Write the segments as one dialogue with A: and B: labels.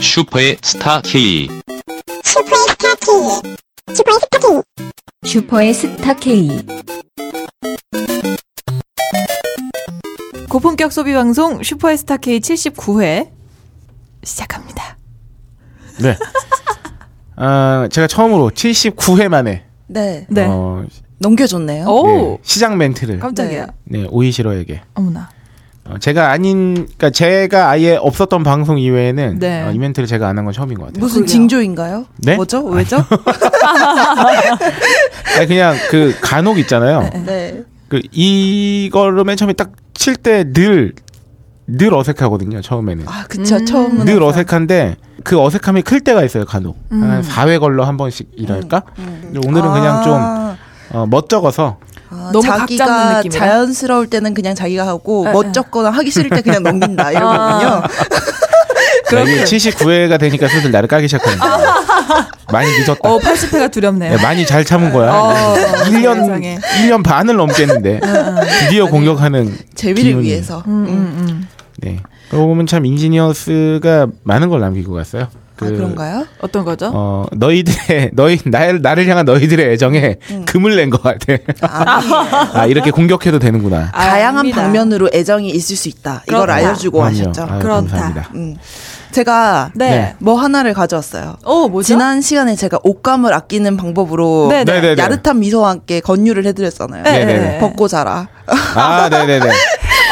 A: 슈퍼의 스타 K.
B: 슈퍼의 스타 K. 슈퍼의 스타 K.
C: 슈퍼의 스타 K.
D: 고품격 소비 방송 슈퍼에스타 K 79회 시작합니다.
E: 네. 아, 제가 처음으로 79회 만에
F: 네.
D: 네.
E: 어,
F: 넘겨줬네요.
D: 오
E: 예, 시작 멘트를
D: 깜짝이야.
F: 네.
E: 네, 오이시로에게
D: 어머나.
E: 어, 제가 아닌 그러니까 제가 아예 없었던 방송 이외에는
D: 네.
E: 어, 이 멘트를 제가 안 한 건 처음인 것 같아요.
F: 무슨
D: 그러게요.
F: 징조인가요?
E: 네?
F: 뭐죠? 왜죠?
E: 아니, 그냥 그 간혹 있잖아요.
F: 네.
E: 그 이거를 맨 처음에 딱 칠 때 늘 늘 어색하거든요. 처음에는
F: 아, 그쵸.
D: 음.
F: 처음은.
E: 늘
F: 항상.
E: 어색한데 그 어색함이 클 때가 있어요. 간혹 한 4회 걸러 한 번씩 이랄까. 오늘은 그냥 좀
F: 음. 아,
E: 어, 멋쩍어서
F: 아,
D: 너무 각 잡는
F: 자기가
D: 느낌이라.
F: 자연스러울 때는 그냥 자기가 하고
D: 에, 에.
F: 멋쩍거나 하기 싫을 때 그냥 넘긴다 이러거든요.
E: 이게 79회가 되니까 슬슬 나를 까기 시작합니다. 많이 늦었다.
D: 어 80회가 두렵네요.
E: 야, 많이 잘 참은 거야.
D: 어,
E: 일 년
D: 세상에.
E: 일 년 반을 넘겠는데 드디어 공격하는
F: 재미를
E: 기운이.
F: 위해서.
D: 음, 음, 음.
E: 네. 그러고 보면 참 인지니어스가 많은 걸 남기고 갔어요.
F: 아, 그런가요?
D: 어떤 거죠?
E: 어 너희들의 너희 나를 나를 향한 너희들의 애정에 금을 낸 것 같아.
F: 아,
E: 아 이렇게 공격해도 되는구나.
D: 아,
F: 다양한
D: 아닙니다.
F: 방면으로 애정이 있을 수 있다. 이걸
D: 그렇다.
F: 알려주고
E: 그럼요.
F: 하셨죠.
E: 아유,
D: 그렇다.
E: 감사합니다.
F: 음. 제가
D: 네.
E: 네.
F: 뭐 하나를 가져왔어요.
D: 어 뭐죠?
F: 지난 시간에 제가 옷감을 아끼는 방법으로
D: 네, 네.
E: 네네네.
F: 야릇한 미소와 함께 건유를 해드렸잖아요.
E: 네, 네, 네.
F: 벗고 자라.
E: 아 네네네.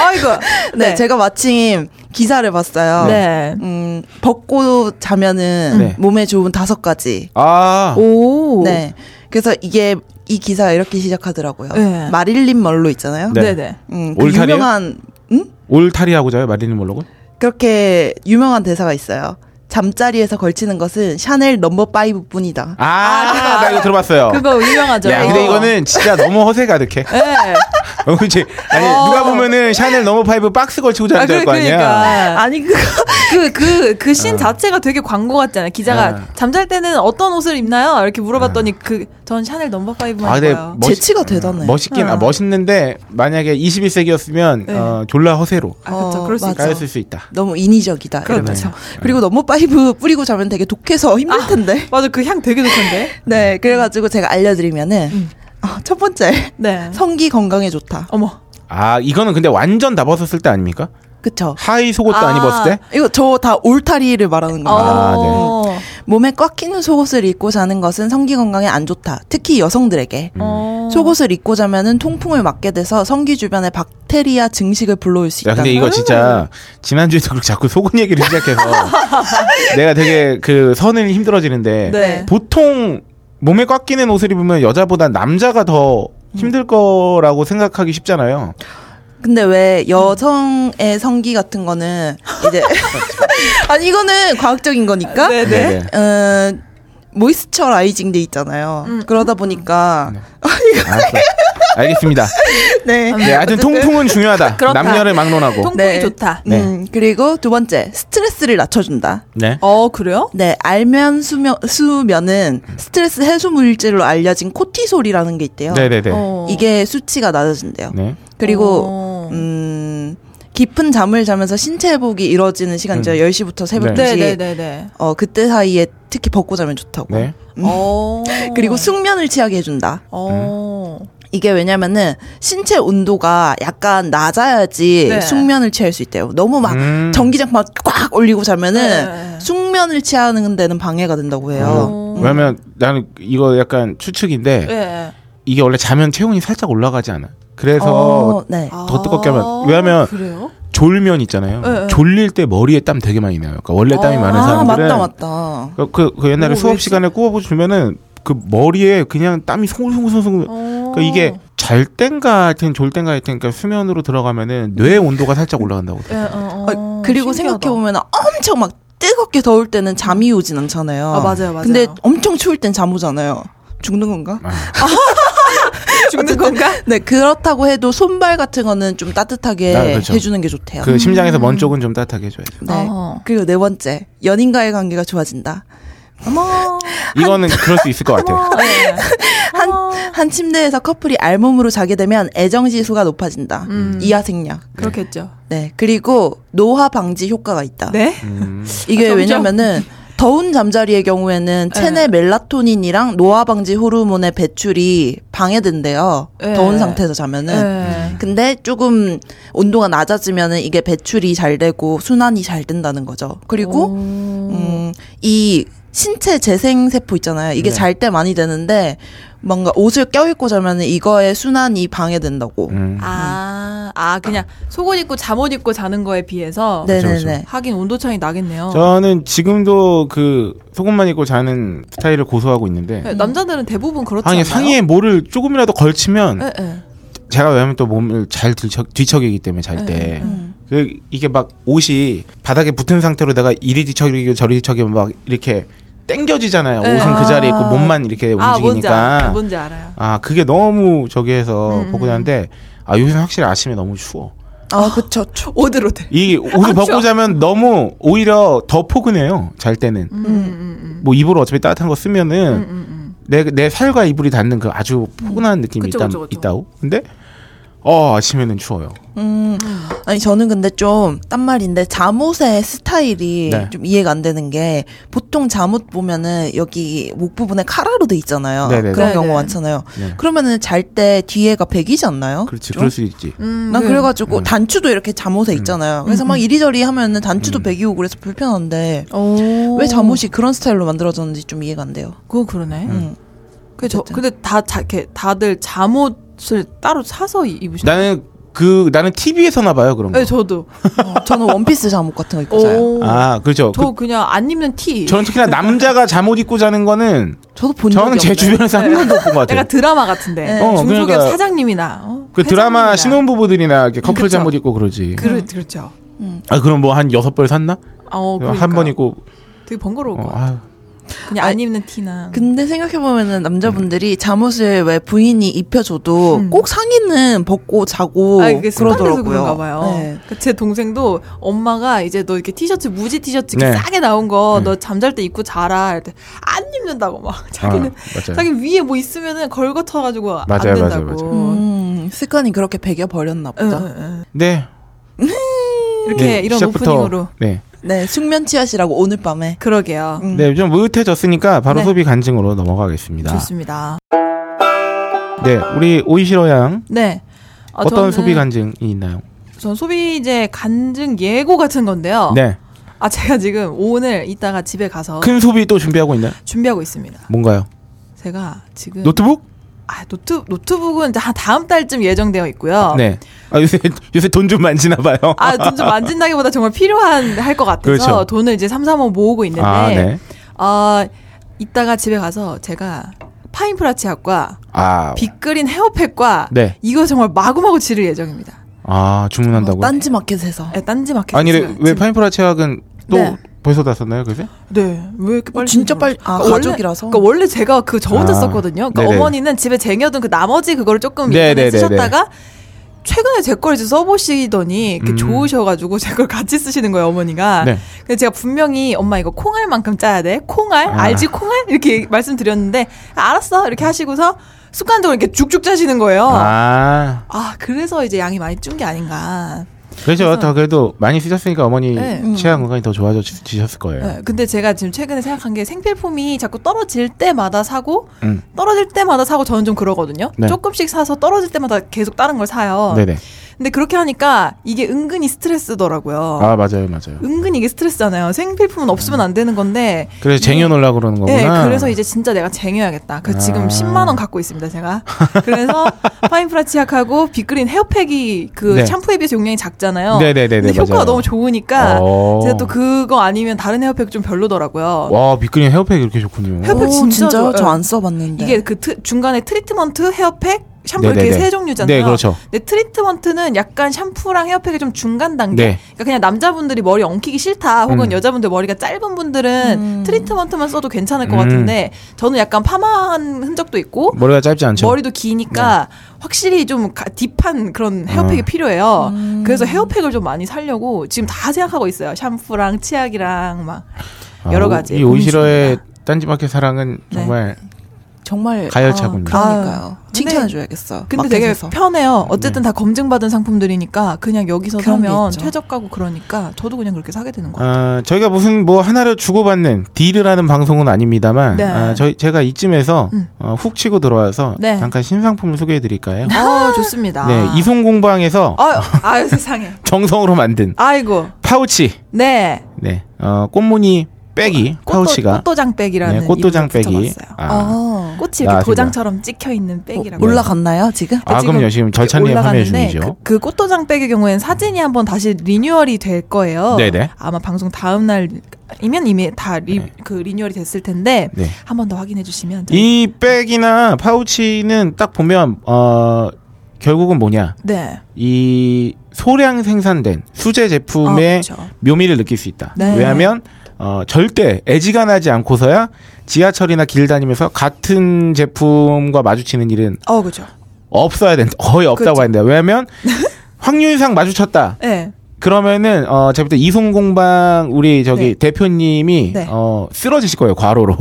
D: 아이고.
F: 네, 제가 마침 기사를 봤어요.
D: 네.
F: 음, 벗고 자면은
E: 네.
F: 몸에 좋은 다섯 가지.
E: 아
D: 오.
F: 네. 그래서 이게 이 기사가 이렇게 시작하더라고요.
D: 네.
F: 마릴린 멀로 있잖아요.
E: 네.
D: 네. 네
F: 음, 그
E: 올타리요?
F: 유명한 음?
E: 올타리 하고 자요 마리는 모르고.
F: 그렇게 유명한 대사가 있어요. 잠자리에서 걸치는 것은 샤넬 넘버 파이브 뿐이다.
E: 아나 이거 들어봤어요.
D: 그거 어. 유명하죠.
E: 야 근데 이거는 진짜 너무 허세 가득해.
D: 네.
E: 어, 그치. 아니,
D: 어.
E: 누가 보면은 샤넬 넘버 파이브 박스 걸치고 자는
D: 아,
E: 될
D: 그래,
E: 거 아니야. 어.
D: 그러니까.
F: 아니 그
D: 그, 그, 그 신 자체가 되게 광고 같잖아요. 기자가
E: 아.
D: 잠잘 때는 어떤 옷을 입나요? 이렇게 물어봤더니 그, 전 샤넬 넘버
E: 네. 아,
D: 파이브만
E: 근데
D: 입어요. 어.
E: 멋-
F: 재치가 대단해.
E: 멋있긴, 아, 멋있는데, 만약에 21세기였으면,
D: 네.
E: 어, 졸라 허세로
D: 아, 그쵸.
F: 어,
D: 그럴 수
F: 맞아.
D: 있죠.
E: 까였을 수 있다.
F: 너무 인위적이다. 이런
D: 그렇죠.
E: 네.
F: 거죠. 그리고 넘버 파이브 뿌리고 자면 되게 독해서 힘들 텐데.
D: 맞아, 그 향 되게 좋던데.
E: 음.
F: 네, 그래가지고 제가 알려드리면은 어, 첫 번째
D: 음. 네.
F: 성기 건강에 좋다.
D: 어머.
E: 아, 이거는 근데 완전 다 벗었을 때 아닙니까?
F: 그쵸?
E: 하이 속옷도
D: 아.
E: 안 입었을 때?
F: 이거 저 다 울타리를 말하는 거예요.
E: 아,
D: 어.
F: 몸에 꽉 끼는 속옷을 입고 자는 것은 성기 건강에 안 좋다. 특히 여성들에게.
E: 음.
D: 어.
F: 속옷을 입고 자면은 통풍을 맞게 돼서 성기 주변에 박테리아 증식을 불러올 수
E: 야,
F: 있다.
E: 근데 이거 진짜, 지난주에도 그렇게 자꾸 속옷 얘기를 시작해서, 내가 되게 그 선을 힘들어지는데,
D: 네.
E: 보통 몸에 꽉 끼는 옷을 입으면 여자보다 남자가
D: 음.
E: 더 힘들 거라고 생각하기 쉽잖아요.
F: 근데 왜 여성의 성기 같은 거는 이제 아니 이거는 과학적인 거니까.
D: 아, 네네.
E: 네네.
F: 어, 모이스처라이징 돼 있잖아요.
D: 음,
F: 그러다
E: 네.
F: 보니까
E: 알았어. 아, 알겠습니다.
F: 네.
E: 네, 하여튼 통풍은 중요하다.
D: 그렇다.
E: 남녀를 막론하고.
D: 음, 통풍이
F: 네.
D: 좋다.
E: 네.
F: 음, 그리고 두 번째 스트레스를 낮춰준다.
E: 네.
D: 어, 그래요?
F: 네, 알면 수면, 수면은 스트레스 해소 물질로 알려진 코티솔이라는 게 있대요.
E: 네네네.
D: 어.
F: 이게 수치가 낮아진대요.
E: 네.
F: 그리고
D: 어.
F: 음, 깊은 잠을 자면서 신체 회복이 이루어지는
E: 음.
F: 시간이죠. 10시부터 새벽 2시.
D: 네네네네.
F: 어, 그때 사이에 특히 벗고 자면 좋다고.
E: 네.
F: 음.
D: 어.
F: 그리고 숙면을 취하게 해준다.
D: 어.
F: 이게 왜냐면은 신체 온도가 약간 낮아야지
D: 네.
F: 숙면을 취할 수 있대요. 너무 막
E: 음.
F: 전기장판 꽉 올리고 자면은
D: 네.
F: 숙면을 취하는 데는 방해가 된다고 해요.
D: 어.
E: 왜냐면 나는 이거 약간 추측인데
D: 네.
E: 이게 원래 자면 체온이 살짝 올라가지 않아. 그래서
F: 어, 네.
E: 더 뜨겁게 하면 왜냐면
D: 아, 그래요?
E: 졸면 있잖아요.
D: 네, 네.
E: 졸릴 때 머리에 땀 되게 많이 나요. 그러니까 원래 땀이 많은
F: 아,
E: 사람들은
F: 맞다,
D: 어,
F: 맞다.
E: 그, 그, 그 옛날에
D: 오,
E: 수업
D: 왜
E: 시간에 꾸어보 주면은 그 머리에 그냥 땀이 송송송송
D: 어.
E: 그러니까 이게 잘 땐가 하여튼 졸 땐가 하여튼 그러니까 수면으로 들어가면은 뇌 온도가 살짝 올라간다고.
D: 네, 어, 어.
F: 어, 그리고
D: 신기하다.
F: 생각해보면 엄청 막 뜨겁게 더울 때는 잠이 오진 않잖아요.
D: 아, 맞아요, 맞아요.
F: 근데 엄청 추울 땐 잠 오잖아요. 죽는 건가?
D: 죽는 건가?
F: 네, 그렇다고 해도 손발 같은 거는 좀 따뜻하게
E: 아, 그렇죠.
F: 해주는 게 좋대요.
E: 그 심장에서 먼 쪽은 좀 따뜻하게 해줘야죠.
F: 네.
D: 어허.
F: 그리고 네 번째, 연인과의 관계가 좋아진다.
D: 어머. 아,
E: 네. 이거는 그럴 수 있을 것 같아.
D: 네.
F: 한, 한 침대에서 커플이 알몸으로 자게 되면 애정지수가 높아진다.
D: 음.
F: 이하생략.
D: 그렇겠죠.
F: 네. 그리고 노화 방지 효과가 있다.
D: 네?
E: 음.
F: 이게
D: 아, 점점. 네.
F: 왜냐면은 더운 잠자리의 경우에는 체내 멜라토닌이랑 노화 방지 호르몬의 배출이 방해된대요.
D: 네.
F: 더운 상태에서 자면은.
D: 네.
F: 근데 조금 온도가 낮아지면은 이게 배출이 잘 되고 순환이 잘 된다는 거죠. 그리고 음, 이 신체 재생 세포 있잖아요. 이게
E: 네.
F: 잘 때 많이 되는데 뭔가 옷을 껴입고 자면은 이거의 순환이 방해된다고.
E: 음.
D: 아, 아 그냥 속옷 입고 잠옷 입고 자는 거에
E: 아,
D: 비해서
F: 네네네.
D: 하긴 온도 차이 나겠네요.
E: 저는 지금도 그 속옷만 입고 자는 스타일을 고수하고 있는데
D: 네, 남자들은 대부분 그렇지
E: 아니
D: 않나요?
E: 상의에 뭐를 조금이라도 걸치면
D: 예, 예.
E: 제가 왜냐면 또 몸을 잘 들쳐, 뒤척이기 때문에
D: 네,
E: 잘 때 그 이게 막 옷이 바닥에 붙은 상태로 내가 이리 뒤척이고 저리 뒤척이면 막 이렇게 땡겨지잖아요
D: 네.
E: 옷은 그 자리에 있고
F: 아.
E: 몸만 이렇게
D: 아, 뭔지
E: 움직이니까
D: 알아요. 뭔지 알아요.
E: 아 그게 너무 저기 해서
D: 음,
E: 보고
D: 음.
E: 자는데 아 요즘 확실히 아침에 너무 추워
F: 아 그쵸.
D: 오들 오들.
E: 이 옷을
D: 아,
E: 벗고
D: 추워.
E: 자면 너무 오히려 더 포근해요 잘 때는
D: 음, 음,
E: 뭐 이불을 어차피 따뜻한 거
D: 음, 음,
E: 쓰면은
D: 음,
E: 내, 내 살과 이불이 닿는 그 아주 포근한 느낌이
D: 그쵸,
E: 있다,
D: 그쵸, 그쵸.
E: 있다고 근데 어 아침에는 추워요
F: 음, 아니 저는 근데 좀 딴 말인데 잠옷의 스타일이
E: 네.
F: 좀 이해가 안 되는 게 보통 잠옷 보면은 여기 목 부분에 카라로 돼 있잖아요.
E: 네네네.
F: 그런 경우
D: 네네.
F: 많잖아요.
E: 네.
F: 그러면은 잘 때 뒤에가 백이지 않나요?
E: 그렇지
F: 좀?
E: 그럴 수 있지
D: 음.
F: 난
D: 네. 음,
F: 그래가지고
E: 음. 음.
F: 단추도 이렇게 잠옷에 있잖아요. 그래서 막 이리저리 하면은 단추도 백이 오고 그래서 불편한데
D: 오.
F: 왜 잠옷이 그런 스타일로 만들어졌는지 좀 이해가 안 돼요.
D: 그거 그러네.
F: 음.
D: 그 저,
F: 어쨌든.
D: 근데 다, 자, 이렇게 다들 잠옷을 따로 사서 입으시나요?
E: 나는 그 나는 TV에서 나봐요 그런 거.
D: 네, 저도.
F: 저는 원피스 잠옷 같은 거 입고 자요.
E: 아 그렇죠.
D: 저
E: 그,
D: 그, 냥안 입는 티.
E: 저는 특히나 남자가 잠옷 입고 자는 거는
F: 저도 본 적이
E: 저는
F: 없네.
E: 제 주변에서 한 번도 못 본 것
D: 내가
E: 같아요.
D: 드라마 같은데.
F: 네.
E: 어,
D: 중소기업
E: 그러니까
D: 사장님이나. 어,
E: 그 드라마
D: 회장님이나.
E: 신혼부부들이나 이렇게 커플
D: 그쵸.
E: 잠옷 입고 그러지.
D: 그러, 그렇죠.
E: 아 그럼 뭐 한 여섯 벌 샀나?
D: 어,
E: 한
D: 그러니까요.
E: 번 입고
D: 되게 번거로울 것
E: 어,
D: 같아.
E: 아유.
D: 그냥 안 입는 티나.
F: 근데 생각해보면은 남자분들이 잠옷을 왜 부인이 입혀줘도
D: 음.
F: 꼭 상의는 벗고 자고
D: 아, 이게 습관돼서
F: 그러더라고요.
D: 그런가 봐요.
F: 네.
D: 그제 동생도 엄마가 이제 너 이렇게 티셔츠 무지 티셔츠 이렇게
E: 네.
D: 싸게 나온 거 너 잠잘 때 입고 자라. 이때안 입는다고 막 자기는
E: 맞아요.
D: 자기 위에 뭐 있으면은 걸거쳐가지고 안
E: 네. 맞아요, 맞아요,
D: 된다고.
E: 맞아요.
F: 음, 습관이 그렇게 배겨버렸나
D: 응,
F: 보다.
D: 응, 응.
E: 네.
D: 이렇게
E: 네,
D: 이런
E: 시작부터,
D: 오프닝으로
E: 네.
F: 네, 숙면 치아시라고 오늘 밤에.
D: 그러게요.
F: 음.
E: 네, 좀 의ыт해졌으니까 바로
D: 네.
E: 소비 간증으로 넘어가겠습니다.
D: 좋습니다.
E: 네, 우리 오이시러 양
D: 네. 아,
E: 어떤
D: 저는-
E: 소비 간증이 있나요?
D: 전 소비 이제 간증 예고 같은 건데요.
E: 네, 그-
D: 아 제가 지금 오늘 이따가 집에 가서
E: 큰 소비 또 준비하고 있나요?
D: 준비하고 있습니다.
E: 뭔가요?
D: 제가 지금
E: 노트북?
D: 아 노트 노트북은 이제 한 다음 달쯤 예정되어 있고요.
E: 네. 아 요새 요새 돈 좀 만지나 봐요.
D: 아, 돈 좀 만진다기보다 정말 필요한 할 것 같아서
E: 그렇죠.
D: 돈을 이제 삼삼오 모으고 있는데
E: 아, 네.
D: 아, 이따가 집에 가서 제가 파인프라치약과
E: 아,
D: 빅그린 헤어팩과
E: 네.
D: 이거 정말 마구마구 지를 예정입니다.
E: 아 주문한다고.
D: 뭐,
E: 요
F: 딴지 마켓에서.
D: 네, 딴지 마켓.
E: 아니 근데 왜 파인프라 치약은 또
D: 네.
E: 벌써 다 썼나요? 그새?
D: 네, 왜 이렇게 빨리?
F: 진짜
D: 쓰는지
F: 빨리- 아,
D: 모르겠어요.
F: 가족이라서?
D: 그러니까 원래 제가 그 저 혼자
E: 아,
D: 썼거든요. 그러니까
E: 네네.
D: 어머니는 집에 쟁여둔 그 나머지 그거를 조금
E: 네네네네.
D: 예전에 쓰셨다가 최근에 제 걸 이제 써보시더니 이렇게
E: 음.
D: 좋으셔가지고 제 걸 같이 쓰시는 거예요 어머니가.
E: 네.
D: 근데 제가 분명히 엄마 이거 콩알만큼 짜야 돼. 콩알
E: 아.
D: 알지 콩알 이렇게 말씀드렸는데 아, 알았어 이렇게 하시고서 순간적으로 이렇게 죽죽 짜시는 거예요. 아,
E: 아
D: 그래서 이제 양이 많이 준 게 아닌가.
E: 그렇죠. 다 그래도 많이 쓰셨으니까 어머니
D: 네.
E: 치아 건강이 더 좋아지셨을 거예요.
D: 네, 근데 제가 지금 최근에 생각한 게 생필품이 자꾸 떨어질 때마다 사고
E: 음.
D: 떨어질 때마다 사고 저는 좀 그러거든요.
E: 네.
D: 조금씩 사서 떨어질 때마다 계속 다른 걸 사요.
E: 네네.
D: 근데 그렇게 하니까 이게 은근히 스트레스더라고요.
E: 아 맞아요, 맞아요.
D: 은근히 이게 스트레스잖아요. 생필품은 없으면 안 되는 건데.
E: 그래서 쟁여놓으려고 그러는
D: 예,
E: 거구나.
D: 네. 그래서 이제 진짜 내가 쟁여야겠다. 그 지금
E: 아.
D: 10만 원 갖고 있습니다, 제가. 그래서 파인프라 치약하고 빅그린 헤어팩이 그
E: 네.
D: 샴푸에 비해서 용량이 작잖아요.
E: 네네네네,
D: 근데 효과가
E: 맞아요.
D: 너무 좋으니까
E: 어.
D: 제가 또 그거 아니면 다른 헤어팩 좀 별로더라고요.
E: 와 빅그린 헤어팩 이렇게 좋군요.
D: 헤어팩 진짜 좋아요.
F: 저 안 써봤는데.
D: 이게 그 트- 중간에 트리트먼트, 헤어팩, 샴푸
E: 네. 네네네.
D: 이렇게 세 종류잖아요.
E: 네, 그렇죠.
D: 근데 트리트먼트는 약간 샴푸랑 헤어팩의 좀 중간 단계.
E: 네.
D: 그러니까 그냥 남자분들이 머리 엉키기 싫다, 혹은
E: 음.
D: 여자분들 머리가 짧은 분들은 트리트먼트만 써도 괜찮을 것
E: 음.
D: 같은데 저는 약간 파마한 흔적도 있고
E: 머리가 짧지 않죠. 네.
D: 머리도 기니까 확실히 좀 가- 딥한 그런 헤어팩이
E: 어.
D: 필요해요. 그래서 헤어팩을 좀 많이 살려고 지금 다 생각하고 있어요. 샴푸랑 치약이랑 막
E: 아,
D: 여러 가지 네.
E: 이 오이시러의 딴지마켓 사랑은 정말
F: 정말.
E: 가열차군요.
F: 아, 그러니까요. 칭찬해줘야겠어.
D: 근데
F: 마켓에서.
D: 되게
E: 음.
D: 편해요.
E: 네.
D: 어쨌든 다 검증받은 상품들이니까 그냥 여기서
F: 그런 게
D: 사면
F: 있죠.
D: 최저가고 그러니까 저도 그냥 그렇게 사게 되는 거예요.
E: 아, 저희가 무슨 뭐 하나를 주고받는 딜을 하는 방송은 아닙니다만
D: 네.
E: 아, 저희 제가 이쯤에서
D: 음.
E: 어, 훅 치고 들어와서
D: 네.
E: 잠깐 신상품을 소개해 드릴까요?
D: 아, 좋습니다.
E: 네, 이송공방에서
D: 아유, 아유 세상에.
E: 정성으로 만든
D: 아이고.
E: 파우치,
D: 네.
E: 네, 어, 꽃무늬 빼기 파우치가
D: 꽃도, 장백이라는
E: 네, 꽃도장 빼기.
D: 붙여봤어요.
E: 아,
F: 어.
D: 꽃이
E: 아, 어, 네.
D: 이렇게
E: 아십니다.
D: 도장처럼 찍혀 있는 백이라고.
F: 올라갔나요 지금?
E: 아, 그럼요. 지금 절찬리에 판매
D: 올라갔는데
E: 중이죠.
D: 그, 그 꽃도장 백의 경우에는 사진이 한번 다시 리뉴얼이 될 거예요.
E: 네네.
D: 아마 방송 다음 날이면 이미 다 그
E: 네.
D: 리뉴얼이 됐을 텐데
E: 네.
D: 한 번 더 확인해 주시면 저희-
E: 이 백이나 파우치는 딱 보면 어 결국은 뭐냐
D: 네.
E: 이 소량 생산된 수제 제품의
D: 아, 그렇죠.
E: 묘미를 느낄 수 있다.
D: 네.
E: 왜냐하면 어, 절대 애지가 나지 않고서야 지하철이나 길 다니면서 같은 제품과 마주치는 일은
D: 어, 그죠.
E: 없어야 된다. 거의 없다고
D: 그렇죠.
E: 한다. 왜냐하면 확률상 마주쳤다.
D: 네.
E: 그러면은 어 제부터 이송공방 우리 저기
D: 네.
E: 대표님이
D: 네. 아,
E: 어 쓰러지실 거예요 과로로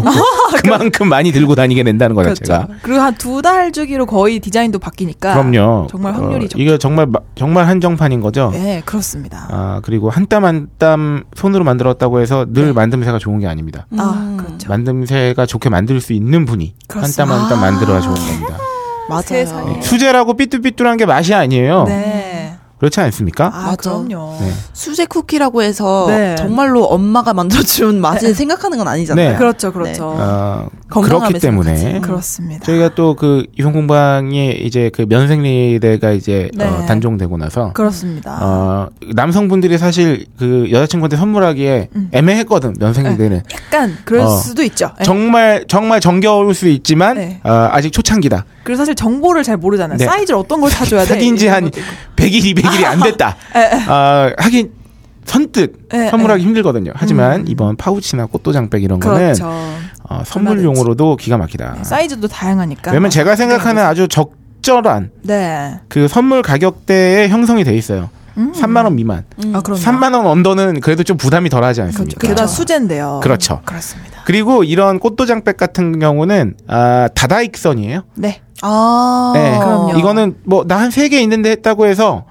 E: 그만큼 많이 들고 다니게 된다는 거죠
D: 그렇죠.
E: 그러니까 제가
D: 그리고 한 두 달 주기로 거의 디자인도 바뀌니까.
E: 그럼요
D: 그러니까 정말 확률이
E: 어,
D: 적죠.
E: 이게 정말 마- 정말 한정판인 거죠
D: 네, 그렇습니다.
E: 아 그리고 한 땀 한 땀 손으로 만들었다고 해서 늘
D: 네.
E: 만듦새가 좋은 게 아닙니다
D: 아,
F: 음.
D: 그렇죠.
E: 만듦새가 좋게 만들 수 있는 분이 한 땀 한 땀
D: 그렇습니다. 아.
E: 만들어야 좋은 겁니다
F: 맞아요.
D: 세상에.
E: 네. 수제라고 삐뚤삐뚤한 게 맛이 아니에요
D: 네.
E: 그렇지 않습니까
D: 아,
F: 맞아.
D: 그럼요.
E: 어. 네.
F: 수제 쿠키라고 해서
D: 네.
F: 정말로 엄마가 만들어준 맛을 생각하는 건 아니잖아요.
E: 네.
D: 그렇죠, 그렇죠.
E: 어,
F: 건강함에
E: 그렇기 때문에
F: 생각하지.
D: 그렇습니다.
E: 저희가 또 그 이성공방에 이제 그 면생리대가 이제
D: 네. 아.
E: 어, 단종되고 나서
D: 그렇습니다.
E: 어, 남성분들이 사실 그 여자친구한테 선물하기에
D: 음.
E: 애매했거든 면생리대는
D: 약간 그럴
E: 어.
D: 수도 있죠. 네.
E: 정말 정말 정겨울 수 있지만
D: 네.
E: 어, 아직 초창기다
D: 그리고 사실 정보를 잘 모르잖아요.
E: 네.
D: 사이즈를 어떤 걸 사줘야 돼.
E: 사귄
D: 이런
E: 지한
D: 것도 있고.
E: 100일 200일이 안 됐다 아 하긴 선뜻
D: 네, 음.
E: 선물하기 힘들거든요 하지만 이번 파우치나 꽃도장백 이런 거는
D: 그렇죠.
E: 어, 선물용으로도 기가 막히다
D: 네, 사이즈도 다양하니까.
E: 왜냐면 제가 생각하는 아주 적절한
D: 네.
E: 그 선물 가격대에 형성이 돼 있어요.
D: 음.
E: 3만 원 미만.
D: 아, 그럼요.
E: 3만 원 언더는 그래도 좀 부담이 덜하지
D: 그렇죠.
E: 않습니까?
D: 게다가 수제인데요.
E: 그렇죠.
D: 그렇습니다.
E: 리고 이런 꽃도장백 같은 경우는 아, 다다익선이에요.
D: 네.
F: 아,
E: 네.
D: 그럼요.
E: 이거는 뭐 나 한 세 개 있는데 했다고 해서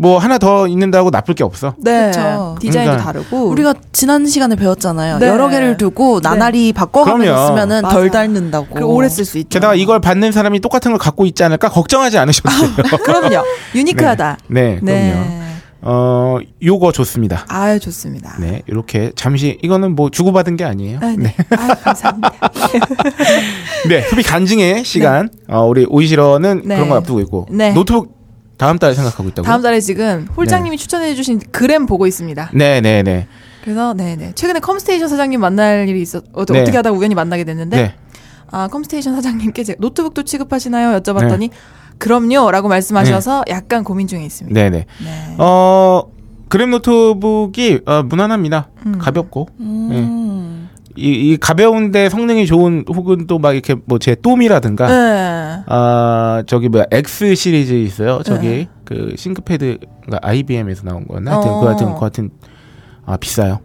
E: 뭐 하나 더 있는다고 나쁠 게 없어.
D: 네.
F: 그렇죠.
D: 디자인도
E: 그러니까
D: 다르고.
F: 우리가 지난 시간에 배웠잖아요.
D: 네.
F: 여러 개를 두고 나날이
E: 그럼요.
F: 바꿔가면서 쓰면은 덜
D: 맞아.
F: 닳는다고.
D: 그리고 오래 쓸 수 있죠.
E: 게다가 이걸 받는 사람이 똑같은 걸 갖고 있지 않을까 걱정하지 않으셔도 돼요.
D: 그럼요. 유니크하다.
E: 네,
D: 아. 네.
E: 그럼요. 어, 요거 좋습니다.
D: 아유 좋습니다.
E: 네, 이렇게 잠시 이거는 뭐 주고받은 게 아니에요.
D: 아, 네. 아유, 감사합니다.
E: 네, 소비 간증의 시간. 어, 우리 오이시러는
D: 네.
E: 그런 거 앞두고 있고
D: 네.
E: 노트북 다음 달에 생각하고 있다고.
D: 다음 달에 지금 홀장님이 추천해주신 그램 보고 있습니다.
E: 네, 네, 네.
D: 그래서 네네 최근에 컴스테이션 사장님 만날 일이 있었 어,
E: 네.
D: 어떻게 하다가 우연히 만나게
E: 네.
D: 됐는데 아 컴스테이션 사장님께 제가 노트북도 취급하시나요
E: 네.
D: 여쭤봤더니 그럼요라고 말씀하셔서 약간 고민 중에 있습니다.
E: 네, 네.
D: 네.
E: 어, 그램 노트북이 어, 무난합니다. 가볍고.
F: 음.
E: 네. 이, 이 가벼운데 성능이 좋은 혹은 또 막 이렇게 뭐 제 또미라든가
D: 네.
E: 아, 저기 뭐야, X 시리즈 있어요. 저기 그 싱크패드 그러니까 IBM에서 나온 거였나? 하여튼
D: 네. 어.
E: 그 같은 그 같은 아, 비싸요.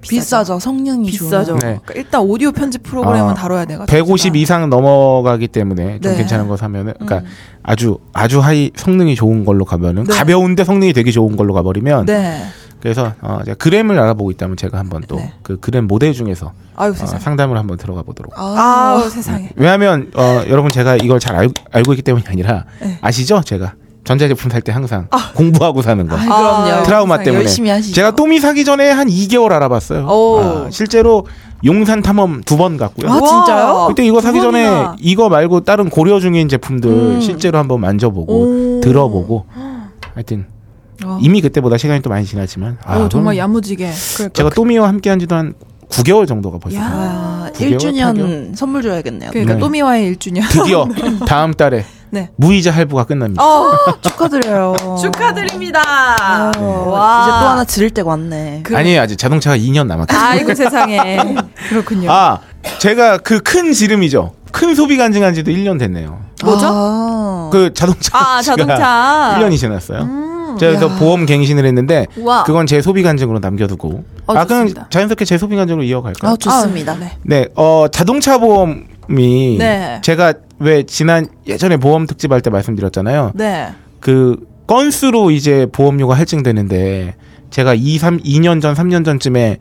F: 비싸죠. 성능이
D: 비싸죠.
E: 네.
D: 그러니까 일단 오디오 편집 프로그램은
E: 아,
D: 다뤄야 돼가지고
E: 150
D: 제가.
E: 이상 넘어가기 때문에 좀
D: 네.
E: 괜찮은 거 사면은 그러니까 아주 아주 하이 성능이 좋은 걸로 가면은
D: 네.
E: 가벼운데 성능이 되게 좋은 걸로 가버리면
D: 네.
E: 그래서 어 제가 그램을 알아보고 있다면 제가 한번 또 그
D: 네.
E: 그램 모델 중에서
D: 아유
E: 어,
D: 세상에.
E: 상담을 한번 들어가 보도록.
F: 아,
D: 아우 세상에.
E: 왜냐하면 어 여러분 제가 이걸 잘 알, 알고 있기 때문이 아니라
D: 네.
E: 아시죠? 제가 전자제품 살 때 항상 공부하고 사는 거.
F: 아이, 그럼요.
E: 트라우마
D: 세상에.
E: 때문에
F: 열심히 하시죠.
E: 제가 또미 사기 전에 한 2개월 알아봤어요.
D: 오.
E: 아, 실제로 용산 탐험 두 번 갔고요.
D: 아, 진짜요?
E: 그때 이거 사기 전에
D: 대박이다.
E: 이거 말고 다른 고려 중인 제품들
F: 음.
E: 실제로 한번 만져보고
D: 오.
E: 들어보고 하여튼
D: 어.
E: 이미 그때보다 시간이 또 많이 지났지만 아,
D: 오, 정말
E: 그럼
D: 야무지게. 그러니까
E: 제가 또미와 함께한 지도 한 9개월 정도가 벌써
D: 야.
E: 돼요.
F: 아,
E: 구개월,
F: 1주년
E: 팔개월?
F: 선물 줘야겠네요.
D: 그러니까
E: 네.
D: 또미와의 1주년.
E: 드디어 다음 달에
D: 네.
E: 무이자 할부가 끝납니다.
D: 어,
F: 축하드려요.
D: 축하드립니다.
F: 네.
D: 와.
F: 이제 또 하나 지를 때가 왔네.
D: 아. 그-
E: 아니에요 아직 자동차가 2년 남았다.
D: 아이고 세상에. 그렇군요.
E: 아 제가 그 큰 지름이죠. 큰 소비 간증한 지도 1년 됐네요.
D: 뭐죠?
F: 아.
E: 그 자동차
D: 아,
E: 지가
D: 자동차.
E: 1년이 지났어요.
D: 음.
E: 제가 그래서 보험 갱신을 했는데
F: 우와.
E: 그건 제 소비 간증으로 남겨두고
D: 어,
E: 아 그럼
D: 좋습니다.
E: 자연스럽게 제 소비 간증으로 이어갈까요?
F: 아, 좋습니다.
D: 아, 네.
E: 네, 어 자동차 보험이
D: 네.
E: 제가 왜 지난 예전에 보험 특집 할 때 말씀드렸잖아요.
D: 네.
E: 그 건수로 이제 보험료가 할증되는데 제가 2, 3, 2년 전, 3년 전쯤에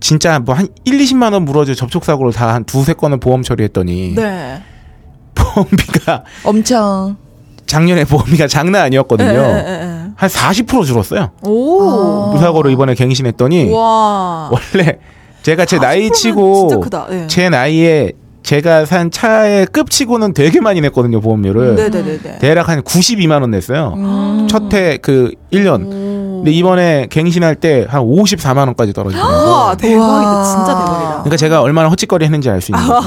E: 진짜 뭐 한 1, 20만 원 무너질 접촉 사고를 다 한 두세 건을 보험 처리했더니
D: 네.
E: 보험비가
F: 엄청.
E: 작년에 보험비가 장난 아니었거든요.
D: 예, 예, 예, 예.
E: 한 40% 줄었어요.
D: 오.
E: 무사고로 이번에 갱신했더니
D: 와.
E: 원래 제가 제 나이
D: 40% 면
E: 치고
D: 아. 진짜 크다. 예.
E: 제 나이에 제가 산 차의 급 치고는 되게 많이 냈거든요 보험료를
D: 네, 네, 네, 네.
E: 대략 한 92만 원 냈어요.
F: 음.
E: 첫 해 그 1년.
D: 오.
E: 근데 이번에 갱신할 때 한 54만 원까지 떨어지고.
D: 우와, 대박이다.
F: 우와.
D: 진짜 대박이다.
E: 그러니까 제가 얼마나 허짓거리 했는지 알 수 있는 거죠.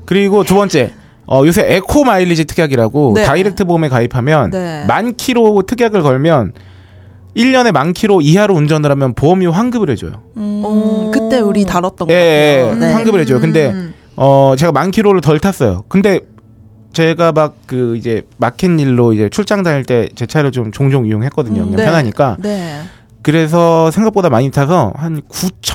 E: 그리고 두 번째. 어, 요새 에코 마일리지 특약이라고
D: 네.
E: 다이렉트 보험에 가입하면
D: 네.
E: 만 키로 특약을 걸면 1년에 만 키로 이하로 운전을 하면 보험료 환급을 해줘요.
F: 음,
D: 오.
F: 그때 우리 다뤘던 거
E: 예, 예,
F: 같아요.
E: 예.
F: 네.
E: 환급을 해줘요. 근데
D: 음.
E: 어, 제가 만 키로를 덜 탔어요. 근데 제가 막 그 이제 마켓 일로 이제 출장 다닐 때 제 차를 좀 종종 이용했거든요. 그냥
D: 네.
E: 편하니까.
D: 네.
E: 그래서 생각보다 많이 타서 한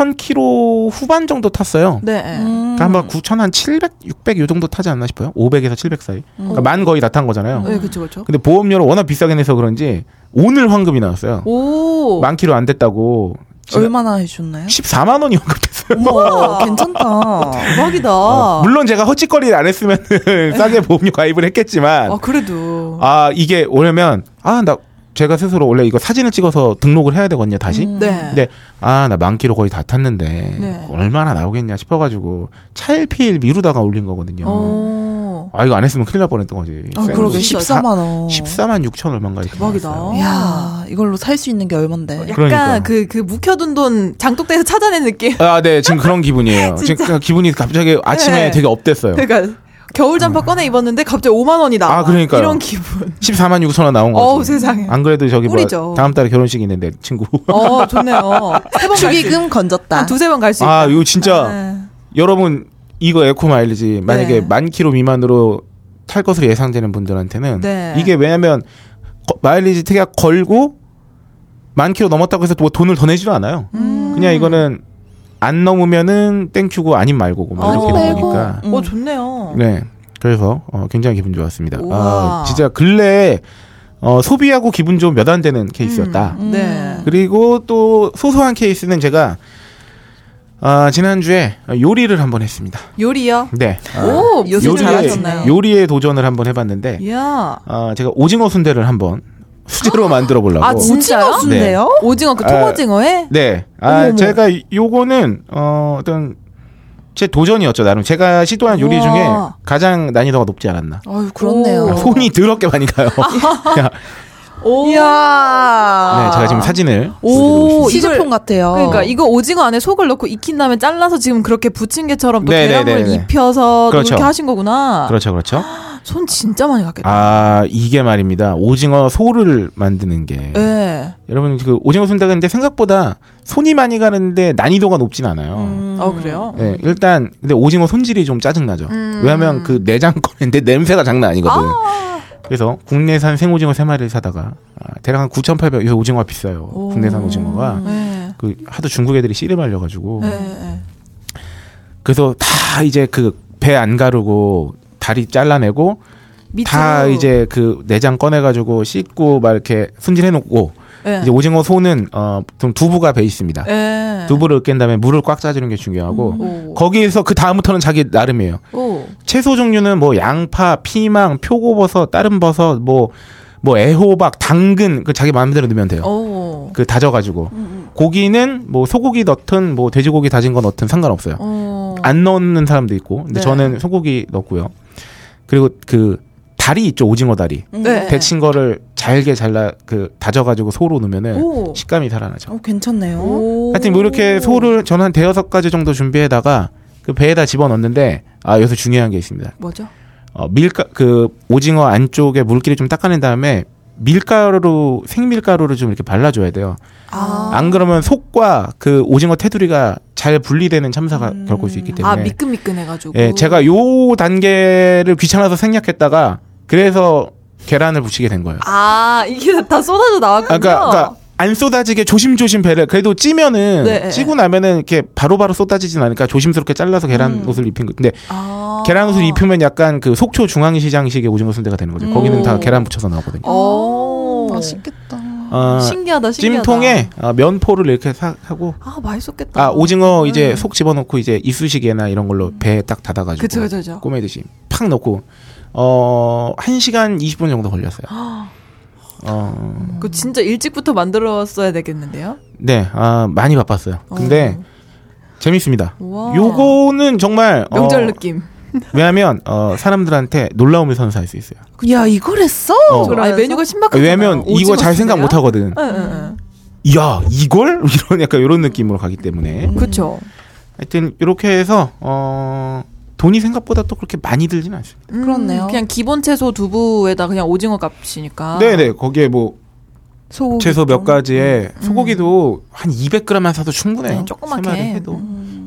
E: 9,000km 후반 정도 탔어요.
D: 네. 예.
F: 음.
E: 그러니까 한번 9,000, 한 700, 600 요 정도 타지 않나 싶어요. 500에서 700 사이.
F: 음.
E: 그러니까 만 거의 다 탄 거잖아요.
D: 네, 그쵸, 그쵸.
E: 근데 보험료를 워낙 비싸게 내서 그런지 오늘 환급이 나왔어요.
D: 오.
E: 만 키로 안 됐다고. 지난-
F: 얼마나 해줬나요?
E: 14만 원이 환급됐어요.
F: 우와, 괜찮다.
D: 대박이다.
E: 어, 물론 제가 허짓거리를 안 했으면 싸게 보험료 가입을 했겠지만
D: 아, 그래도.
E: 아 이게 왜냐면 아 나 제가 스스로 원래 이거 사진을 찍어서 등록을 해야 되거든요 다시
D: 네.
E: 근데 아 나 만키로 거의 다 탔는데
D: 네.
E: 얼마나 나오겠냐 싶어가지고 차일피일 미루다가 올린 거거든요.
D: 어. 오.
E: 아 이거 안 했으면 큰일 날 뻔했던 거지. 뭐
F: 아, 그러게, 14만 원.
E: 14만 6천 얼마인가 이렇게
D: 대박이다.
E: 나왔어요.
F: 야 이걸로 살 수 있는 게 얼만데.
E: 그러니까요.
D: 약간 그 그 묵혀둔 돈 장독대에서 찾아낸 느낌.
E: 아, 네, 지금 그런 기분이에요. 지금 기분이 갑자기 아침에
D: 네.
E: 되게 업됐어요.
D: 그러니까 겨울 잠바 꺼내 입었는데 갑자기 5만 원이 나와.
E: 음. 아, 그러니까요.
D: 이런 기분.
E: 14만 6천 원 나온
D: 어우
E: 거지.
D: 세상에.
E: 안 그래도 저기 뭐
D: 꿀이죠.
E: 다음 달에 결혼식 있는데 친구.
D: 어 좋네요.
F: 축의금 건졌다.
D: 한두세 번 갈 수 있다.
E: 아, 이거 진짜
D: 네.
E: 여러분 이거 에코 마일리지 만약에
D: 네.
E: 만 킬로 미만으로 탈 것으로 예상되는 분들한테는
D: 네.
E: 이게 왜냐면 거- 마일리지 특약 걸고 만 킬로 넘었다고 해서 뭐 돈을 더 내지도 않아요.
D: 음.
E: 그냥 이거는 안 넘으면은 땡큐고 아님 말고고 막뭐 이렇게
D: 어,
E: 되는
D: 빼고.
E: 거니까.
D: 어 좋네요.
E: 네. 그래서 어, 굉장히 기분 좋았습니다. 아,
D: 우와.
E: 진짜 근래에 어, 소비하고 기분 좀 몇 안 되는 케이스였다.
D: 음, 네.
E: 그리고 또 소소한 케이스는 제가 아, 지난주에 요리를 한번 했습니다.
D: 요리요.
E: 네. 아,
D: 오 요새
F: 요리에-
D: 잘하셨나요?
E: 요리에 도전을 한번 해봤는데
D: 야.
E: 아, 제가 오징어 순대를 한번 수제로 만들어 보려고.
D: 아 진짜요?
E: 순대요?
D: 오징어 그
E: 아,
D: 통오징어에
E: 네. 아, 제가 요거는 어, 어떤 제 도전이었죠 나름 제가 시도한 요리
D: 우와.
E: 중에 가장 난이도가 높지 않았나.
F: 아유 그렇네요.
D: 오. 아.
E: 아, 손이 더럽게 많이 가요.
D: 오.
F: 이야.
E: 네, 제가 지금 사진을
D: 오,
F: 시제품
D: 이걸-
F: 같아요.
D: 그러니까 이거 오징어 안에 속을 넣고 익힌 다음에 잘라서 지금 그렇게 부침개처럼 또
E: 네, 네,
D: 계란물
E: 네, 네.
D: 입혀서 그
E: 그렇죠.
D: 렇게 하신 거구나.
E: 그렇죠, 그렇죠.
D: 손 진짜 많이 갔겠다.
E: 아 이게 말입니다. 오징어 소를 만드는 게
D: 예.
E: 여러분 그 오징어 순대가 근데 생각보다 손이 많이 가는데 난이도가 높진 않아요.
D: 어 그래요?
E: 네, 일단 근데 오징어 손질이 좀 짜증나죠.
D: 음.
E: 왜냐하면 그 내장 꺼내는데 냄새가 장난 아니거든. 그래서 국내산 생오징어 세 마리를 사다가 아, 대략 한 9,800. 요새 오징어가 비싸요.
D: 오.
E: 국내산 오징어가
D: 예.
E: 그 하도 중국 애들이 씨를 말려가지고
D: 예,
E: 음.
D: 예.
E: 그래서 다 이제 그 배 안 가르고 다리 잘라내고
D: 밑으로.
E: 다 이제 그 내장 꺼내가지고 씻고 막 이렇게 손질해놓고
D: 예.
E: 이제 오징어 소는 어좀 두부가 베이스입니다.
D: 예.
E: 두부를 으깬 다음에 물을 꽉 짜주는 게 중요하고
D: 오.
E: 거기에서 그 다음부터는 자기 나름이에요.
D: 오.
E: 채소 종류는 뭐 양파, 피망, 표고버섯, 다른 버섯, 뭐, 뭐 애호박, 당근 그 자기 마음대로 넣으면
D: 어.
E: 돼요.
D: 오.
E: 그 다져가지고
D: 음,
E: 고기는 뭐 소고기 넣든 뭐 돼지고기 다진 거 넣든 상관없어요.
D: 오.
E: 안 넣는 사람도 있고 근데
D: 네.
E: 저는 소고기 넣고요. 그리고 그 다리 있죠 오징어 다리
D: 네.
E: 데친 거를 잘게 잘라 그 다져가지고 소로 넣으면은
D: 오.
E: 식감이 살아나죠.
F: 어, 괜찮네요.
D: 오.
E: 네. 하여튼 뭐 이렇게 소를 저는 한 대여섯 가지 정도 준비해다가 그 배에다 집어넣는데 아 여기서 중요한 게 있습니다.
D: 뭐죠?
E: 어, 밀가 그 오징어 안쪽에 물기를 좀 닦아낸 다음에 밀가루 생밀가루를 좀 이렇게 발라줘야 돼요.
D: 아.
E: 안 그러면 속과 그 오징어 테두리가 잘 분리되는 참사가 겪을 수 있기 때문에
D: 아 미끈미끈해가지고.
E: 예, 제가 요 단계를 귀찮아서 생략했다가 그래서 계란을 붙이게 된 거예요.
D: 아 이게 다 쏟아져
E: 아,
D: 나왔군요.
E: 그러니까, 그러니까 안 쏟아지게 조심조심 배를 그래도 찌면은
D: 네.
E: 찌고 나면은 이렇게 바로바로 쏟아지진 않으니까 조심스럽게 잘라서 계란 옷을 입힌 거. 근데
D: 음. 아.
E: 계란 옷을 입으면 약간 그 속초 중앙시장식의 오징어 순대가 되는 거죠. 거기는 다
D: 음.
E: 계란 붙여서 나오거든요.
D: 오.
F: 어. 맛있겠다.
E: 어,
D: 아, 신기하다 신기하다.
E: 찜통에 어, 면포를 이렇게 사, 하고
D: 아 맛있었겠다.
E: 아 오징어 이제 속 집어넣고 이제 이쑤시개나 이런 걸로 배에 딱 닫아가지고
D: 그쵸 그쵸 그쵸.
E: 꼬매듯이 팍 넣고 어 1시간 20분 정도 걸렸어요. 어,
D: 그 진짜 일찍부터 만들었어야 되겠는데요.
E: 네, 아, 많이 바빴어요. 근데 재밌습니다.
D: 와.
E: 요거는 정말 어,
D: 어. 명절 느낌.
E: 왜냐하면 어, 사람들한테 놀라움을 선사할 수 있어요.
F: 야 이걸 했어?
E: 어.
D: 아니 메뉴가 신박하잖아요.
E: 왜냐하면 이거 잘 생각 못 하거든.
D: 응, 응,
E: 야 이걸 이런 약간 이런 느낌으로 가기 때문에
D: 응. 그쵸.
E: 하여튼 이렇게 해서 어, 돈이 생각보다 또 그렇게 많이 들진 않습니다.
D: 음,
F: 그렇네요.
D: 그냥 기본 채소 두부에다 그냥 오징어 값이니까.
E: 네네 거기에 뭐
F: 소고기
E: 채소 몇
F: 좀.
E: 가지에 소고기도 한 200g만 사도 충분해요.
D: 음. 네, 조그맣게. 음.
E: 세 마리 해도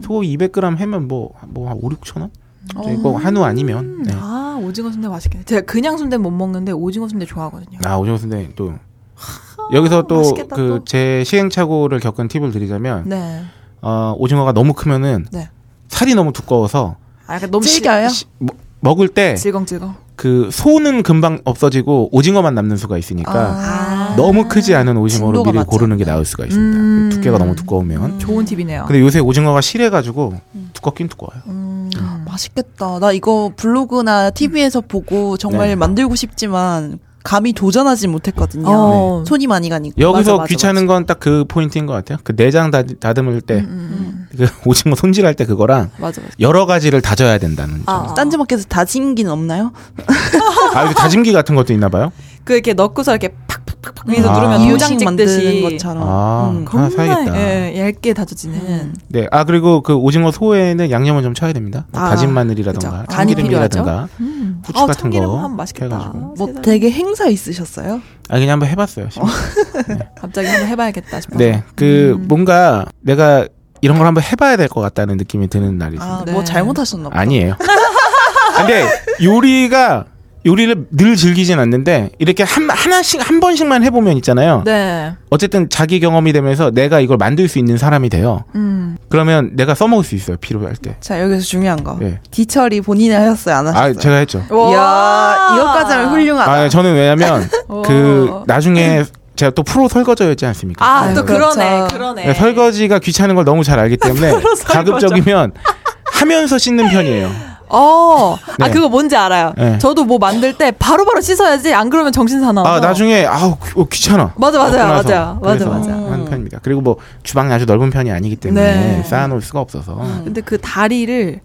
E: 소고기 200g 하면 뭐뭐한 5, 6천 원?
F: 어.
D: 어.
E: 이거 한우 아니면 네.
D: 아 오징어 순대 맛있겠네. 제가 그냥 순대 못 먹는데 오징어 순대 좋아하거든요.
E: 아 오징어 순대 또 여기서 또
D: 맛있겠다,
E: 그 제 시행착오를 겪은 팁을 드리자면
D: 네.
E: 어, 오징어가 너무 크면은
D: 네.
E: 살이 너무 두꺼워서
D: 아 약간 너무
F: 질겨요?
D: 시-
E: 뭐- 먹을 때
D: 시-
E: 그
D: 질겅질겅.
E: 소는 금방 없어지고 오징어만 남는 수가 있으니까
D: 아.
E: 그러니까 너무 크지 않은 오징어로
F: 진도가
E: 미리
F: 맞지
E: 고르는 게 나을 수가 있습니다.
D: 음.
E: 두께가 너무 두꺼우면.
D: 좋은 팁이네요.
E: 근데 요새 오징어가 실해가지고 두껍긴 두꺼워요.
D: 음.
F: 아, 맛있겠다. 나 이거 블로그나 TV에서 보고 정말
E: 네.
F: 만들고 싶지만 감히 도전하지 못했거든요.
D: 어.
F: 손이 많이 가니까.
E: 여기서
F: 맞아, 맞아,
E: 귀찮은 건 딱 그 포인트인 것 같아요. 그 내장 다, 다듬을 때,
D: 음.
E: 그 오징어 손질할 때 그거랑
D: 맞아 맞아.
E: 여러 가지를 다져야 된다는. 아,
D: 아,
F: 맞아. 딴지마켓에서 다진기는 없나요?
E: 아 이거 다짐기 같은 것도 있나 봐요?
D: 그 이렇게 넣고서 이렇게 팍팍팍팍 위에서
E: 아.
D: 누르면
E: 이유식
D: 도장
F: 이유식 만드는
D: 찍듯이
F: 것처럼.
E: 아,
F: 음.
E: 하나 사야겠다.
D: 예, 얇게 다져지는
E: 네, 아 그리고 그 오징어 소에는 양념을 좀 쳐야 됩니다. 뭐
D: 아,
E: 다진 마늘이라든가
D: 그죠. 간이
E: 참기름이라든가
D: 음.
E: 후추
D: 아,
E: 같은
D: 참기름
E: 거
D: 하면 맛있겠다. 어.
E: 해가지고.
F: 뭐
D: 세상에.
F: 되게 행사 있으셨어요?
E: 아 그냥 한번 해봤어요.
D: 갑자기 한번 해봐야겠다 싶어서.
E: 네, 그
D: 음.
E: 뭔가 내가 이런 걸 한번 해봐야 될 것 같다는 느낌이 드는 날이 있습니다.
F: 아,
D: 네.
F: 뭐 잘못하셨나 보다.
E: 아니에요. 근데 요리가 요리를 늘 즐기진 않는데 이렇게 한 하나씩 한 번씩만 해보면 있잖아요.
D: 네.
E: 어쨌든 자기 경험이 되면서 내가 이걸 만들 수 있는 사람이 돼요.
D: 음.
E: 그러면 내가 써먹을 수 있어요. 필요할 때.
F: 자, 여기서 중요한 거.
E: 예.
F: 디철이 본인이 하셨어요, 안
E: 아
F: 하셨어요?
E: 제가 했죠.
F: 이야, 이것까지 하면 훌륭하다.
E: 아, 저는 왜냐면 그
D: 오.
E: 나중에 제가 또 프로 설거지였지 않습니까?
D: 아, 또
F: 아이고,
D: 그러네. 아,
F: 그렇죠.
D: 그러네.
E: 네, 설거지가 귀찮은 걸 너무 잘 알기 때문에 가급적이면 하면서 씻는 편이에요.
D: 어. 아,
E: 네.
D: 그거 뭔지 알아요.
E: 네.
D: 저도 뭐 만들 때 바로바로 씻어야지. 안 그러면 정신 사나워.
E: 아 나중에 아우 귀- 어, 귀찮아.
D: 맞아, 맞아요,
E: 먹고 나서.
D: 맞아요, 맞아,
E: 그래서
D: 맞아.
E: 하는 편입니다. 그리고 뭐 주방이 아주 넓은 편이 아니기 때문에
D: 네.
E: 쌓아놓을 수가 없어서
D: 근데 그 다리를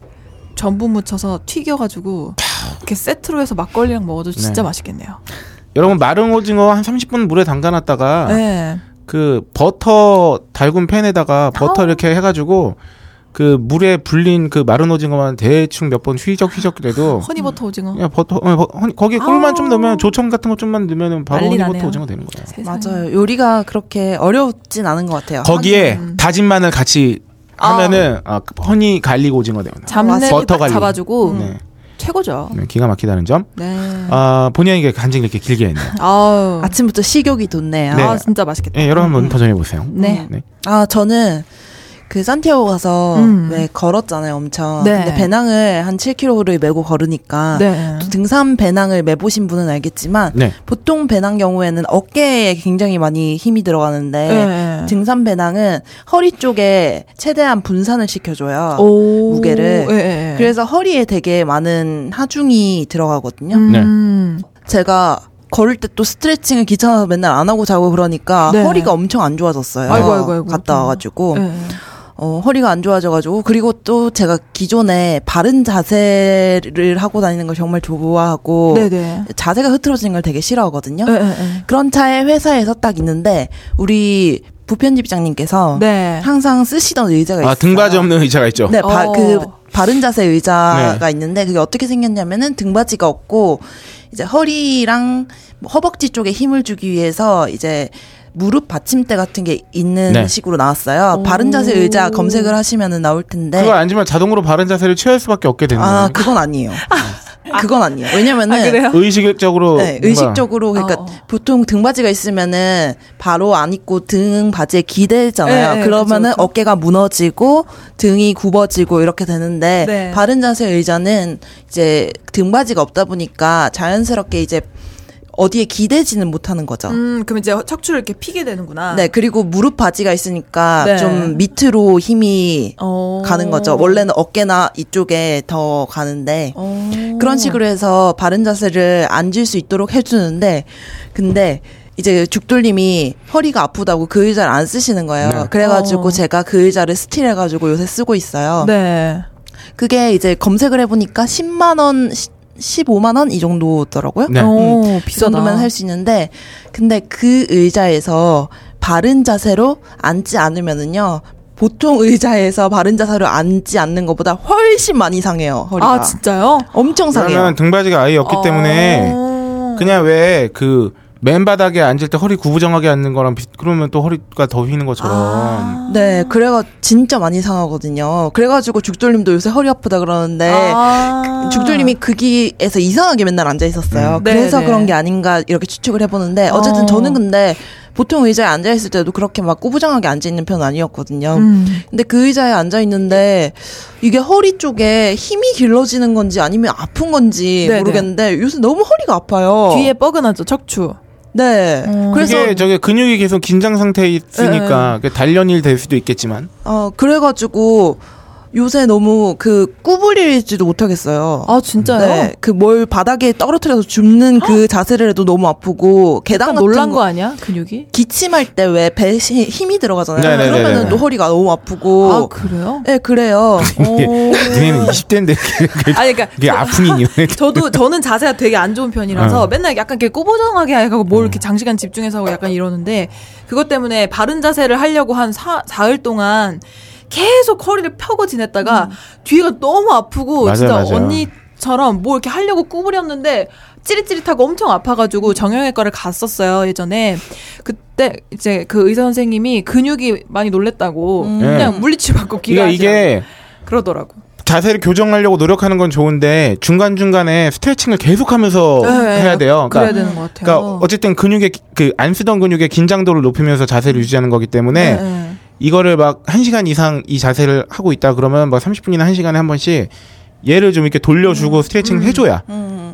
D: 전부 묻혀서 튀겨가지고 이렇게 세트로 해서 막걸리랑 먹어도
E: 네.
D: 진짜 맛있겠네요.
E: 여러분 마른 오징어 한 30분 물에 담가놨다가
D: 네.
E: 그 버터 달군 팬에다가 버터
D: 아.
E: 이렇게 해가지고 그 물에 불린 그 마른 오징어만 대충 몇 번 휘적휘적 돼도
D: 허니버터 오징어.
E: 그냥 버터 어, 버- 허니- 거기에 꿀만 좀
D: 아. 아우.
E: 넣으면 조청 같은 거 좀만 넣으면 바로
D: 난리
E: 허니버터
D: 나네요.
E: 오징어 되는 거예요.
D: 세상에.
F: 맞아요. 요리가 그렇게 어렵진 않은 것 같아요.
E: 거기에 다진 마늘 같이
D: 음. 아.
E: 하면은 아, 허니 갈릭 오징어 되는 거예요.
D: 잡내를
E: 버터
D: 딱
E: 갈림.
D: 잡아주고
E: 네.
D: 최고죠.
E: 네, 기가 막히다는 점.
D: 음. 네.
E: 아, 본의 아니게 간증 이렇게 길게 했네요.
D: 아우. 아,
F: 아침부터 식욕이 돋네요.
E: 네.
D: 진짜 맛있겠다.
E: 예, 여러분 한번 도전해 보세요.
D: 네.
F: 아, 저는 그 산티아고 가서
D: 음.
F: 왜 걸었잖아요, 엄청.
D: 네.
F: 근데 배낭을 한 7km를 메고 걸으니까
D: 네.
F: 아, 또 등산 배낭을 매보신 분은 알겠지만
E: 네.
F: 보통 배낭 경우에는 어깨에 굉장히 많이 힘이 들어가는데
D: 네.
F: 등산 배낭은 허리 쪽에 최대한 분산을 시켜줘요.
D: 오.
F: 아, 무게를.
D: 예, 예, 예.
F: 그래서 허리에 되게 많은 하중이 들어가거든요.
E: 네.
D: 음.
F: 제가 걸을 때 또 스트레칭을 귀찮아서 맨날 안 하고 자고 그러니까
D: 네.
F: 허리가 엄청 안 좋아졌어요.
D: 아이고, 아이고, 아이고.
F: 갔다 와가지고
D: 예, 예.
F: 어, 허리가 안 좋아져가지고 그리고 또 제가 기존에 바른 자세를 하고 다니는 걸 정말 좋아하고
D: 네네.
F: 자세가 흐트러지는 걸 되게 싫어하거든요.
D: 예, 예, 예.
F: 그런 차에 회사에서 딱 있는데 우리 부편집장님께서
D: 네.
F: 항상 쓰시던 의자가 있어요.
E: 아, 등받이 없는 의자가 있죠. 네.
F: 네, 바,
D: 어.
F: 그 바른 자세 의자가 있는데 그게 어떻게 생겼냐면은 등받이가 없고 이제 허리랑 뭐 허벅지 쪽에 힘을 주기 위해서 이제 무릎 받침대 같은 게 있는
E: 네.
F: 식으로 나왔어요. 바른 자세 의자 검색을 하시면은 나올 텐데.
E: 그거 앉으면 자동으로 바른 자세를 취할 수밖에 없게 되는
F: 아,
E: 거예요.
F: 그건 아니에요. 그건 아니에요.
D: 아,
F: 왜냐면은
D: 그래요?
E: 의식적으로
F: 네,
E: 뭔가
F: 의식적으로 그러니까
D: 어, 어.
F: 보통 등받이가 있으면은 바로 안 입고 등 바지에 기대잖아요.
D: 네, 네,
F: 그러면은
D: 그쵸, 그쵸.
F: 어깨가 무너지고 등이 굽어지고 이렇게 되는데
D: 네.
F: 바른 자세 의자는 이제 등바지가 없다 보니까 자연스럽게 이제 어디에 기대지는 못하는 거죠.
D: 음, 그럼 이제 척추를 이렇게 피게 되는구나.
F: 네, 그리고 무릎 바지가 있으니까
D: 네.
F: 좀 밑으로 힘이
D: 어.
F: 가는 거죠. 원래는 어깨나 이쪽에 더 가는데
D: 어.
E: 음.
F: 그런 식으로 해서 바른 자세를 앉을 수 있도록 해주는데 근데 이제 죽돌님이 허리가 아프다고 그 의자를 안 쓰시는 거예요.
E: 네.
F: 그래가지고
D: 어.
F: 제가 그 의자를 스틸해가지고 요새 쓰고 있어요.
D: 네.
F: 그게 이제 검색을 해보니까 10만 원, 15만 원 이 정도더라고요.
E: 네.
D: 오,
F: 이 음, 정도면 할 수 있는데 근데 그 의자에서 바른 자세로 앉지 않으면은요. 보통 의자에서 바른 자세로 앉지 않는 것보다 훨씬 많이 상해요 허리가
D: 아, 진짜요?
F: 엄청 상해요.
E: 그러면 등받이가 아예 없기
D: 어.
E: 때문에 그냥 왜 그 맨바닥에 앉을 때 허리 구부정하게 앉는 거랑 비, 그러면 또 허리가 더 휘는 것처럼
D: 아.
F: 네, 그래가 진짜 많이 상하거든요. 그래가지고 죽돌님도 요새 허리 아프다 그러는데
D: 아.
F: 죽돌님이 그기에서 이상하게 맨날 앉아 있었어요.
D: 음. 네,
F: 그래서
D: 네.
F: 그런 게 아닌가 이렇게 추측을 해보는데 어쨌든
D: 어.
F: 저는 근데 보통 의자에 앉아 있을 때도 그렇게 막 꾸부정하게 앉아 있는 편은 아니었거든요.
D: 음.
F: 근데 그 의자에 앉아 있는데 이게 허리 쪽에 힘이 길러지는 건지 아니면 아픈 건지
D: 네, 네.
F: 모르겠는데 요새 너무 허리가 아파요.
D: 뒤에 뻐근하죠, 척추.
F: 네.
D: 어.
F: 그래서
E: 그게 저게 근육이 계속 긴장 상태에 있으니까 그게 단련일 될 수도 있겠지만
F: 어, 그래가지고 요새 너무 그 구부리지도 못하겠어요.
D: 아, 진짜요?
F: 그 뭘 바닥에 떨어뜨려서 줍는 그 자세를 해도 너무 아프고 계단
D: 약간
F: 같은
D: 놀란 거
F: 거
D: 아니야? 근육이?
F: 기침할 때 왜 배에 힘이 들어가잖아요.
E: 네네네네.
F: 그러면은 또 허리가 너무 아프고.
D: 아, 그래요?
F: 네, 그래요.
E: 이게 니네는 20대인데 그게,
D: 아니, 그러니까
E: 그게 아픈 이유
D: 저도 저는 자세가 되게 안 좋은 편이라서
E: 어.
D: 맨날 약간 이렇게 꼬부정하게 하고
E: 네.
D: 뭘 이렇게 장시간 집중해서 하고 약간 이러는데 그것 때문에 바른 자세를 하려고 한 사, 사흘 동안 계속 허리를 펴고 지냈다가 뒤가 너무 아프고
E: 맞아요,
D: 진짜
E: 맞아요.
D: 언니처럼 뭐 이렇게 하려고 구부렸는데 찌릿찌릿하고 엄청 아파가지고 정형외과를 갔었어요 예전에 그때 이제 그 의사 선생님이 근육이 많이 놀랬다고 그냥 물리치 받고
E: 그러니까
D: 기가
E: 이게
D: 그러더라고
E: 자세를 교정하려고 노력하는 건 좋은데 중간 중간에 스트레칭을 계속하면서
D: 네,
E: 어, 해야 돼요.
D: 그래야
E: 그러니까,
D: 되는 것 같아요.
E: 그러니까 어쨌든 근육의 그 안 쓰던 근육의 긴장도를 높이면서 자세를 유지하는 거기 때문에
D: 네.
E: 이거를 막 1시간 이상 이 자세를 하고 있다 그러면 막 30분이나 1시간에 한 번씩 얘를 좀 이렇게
D: 음.
E: 돌려주고 스트레칭을 해줘야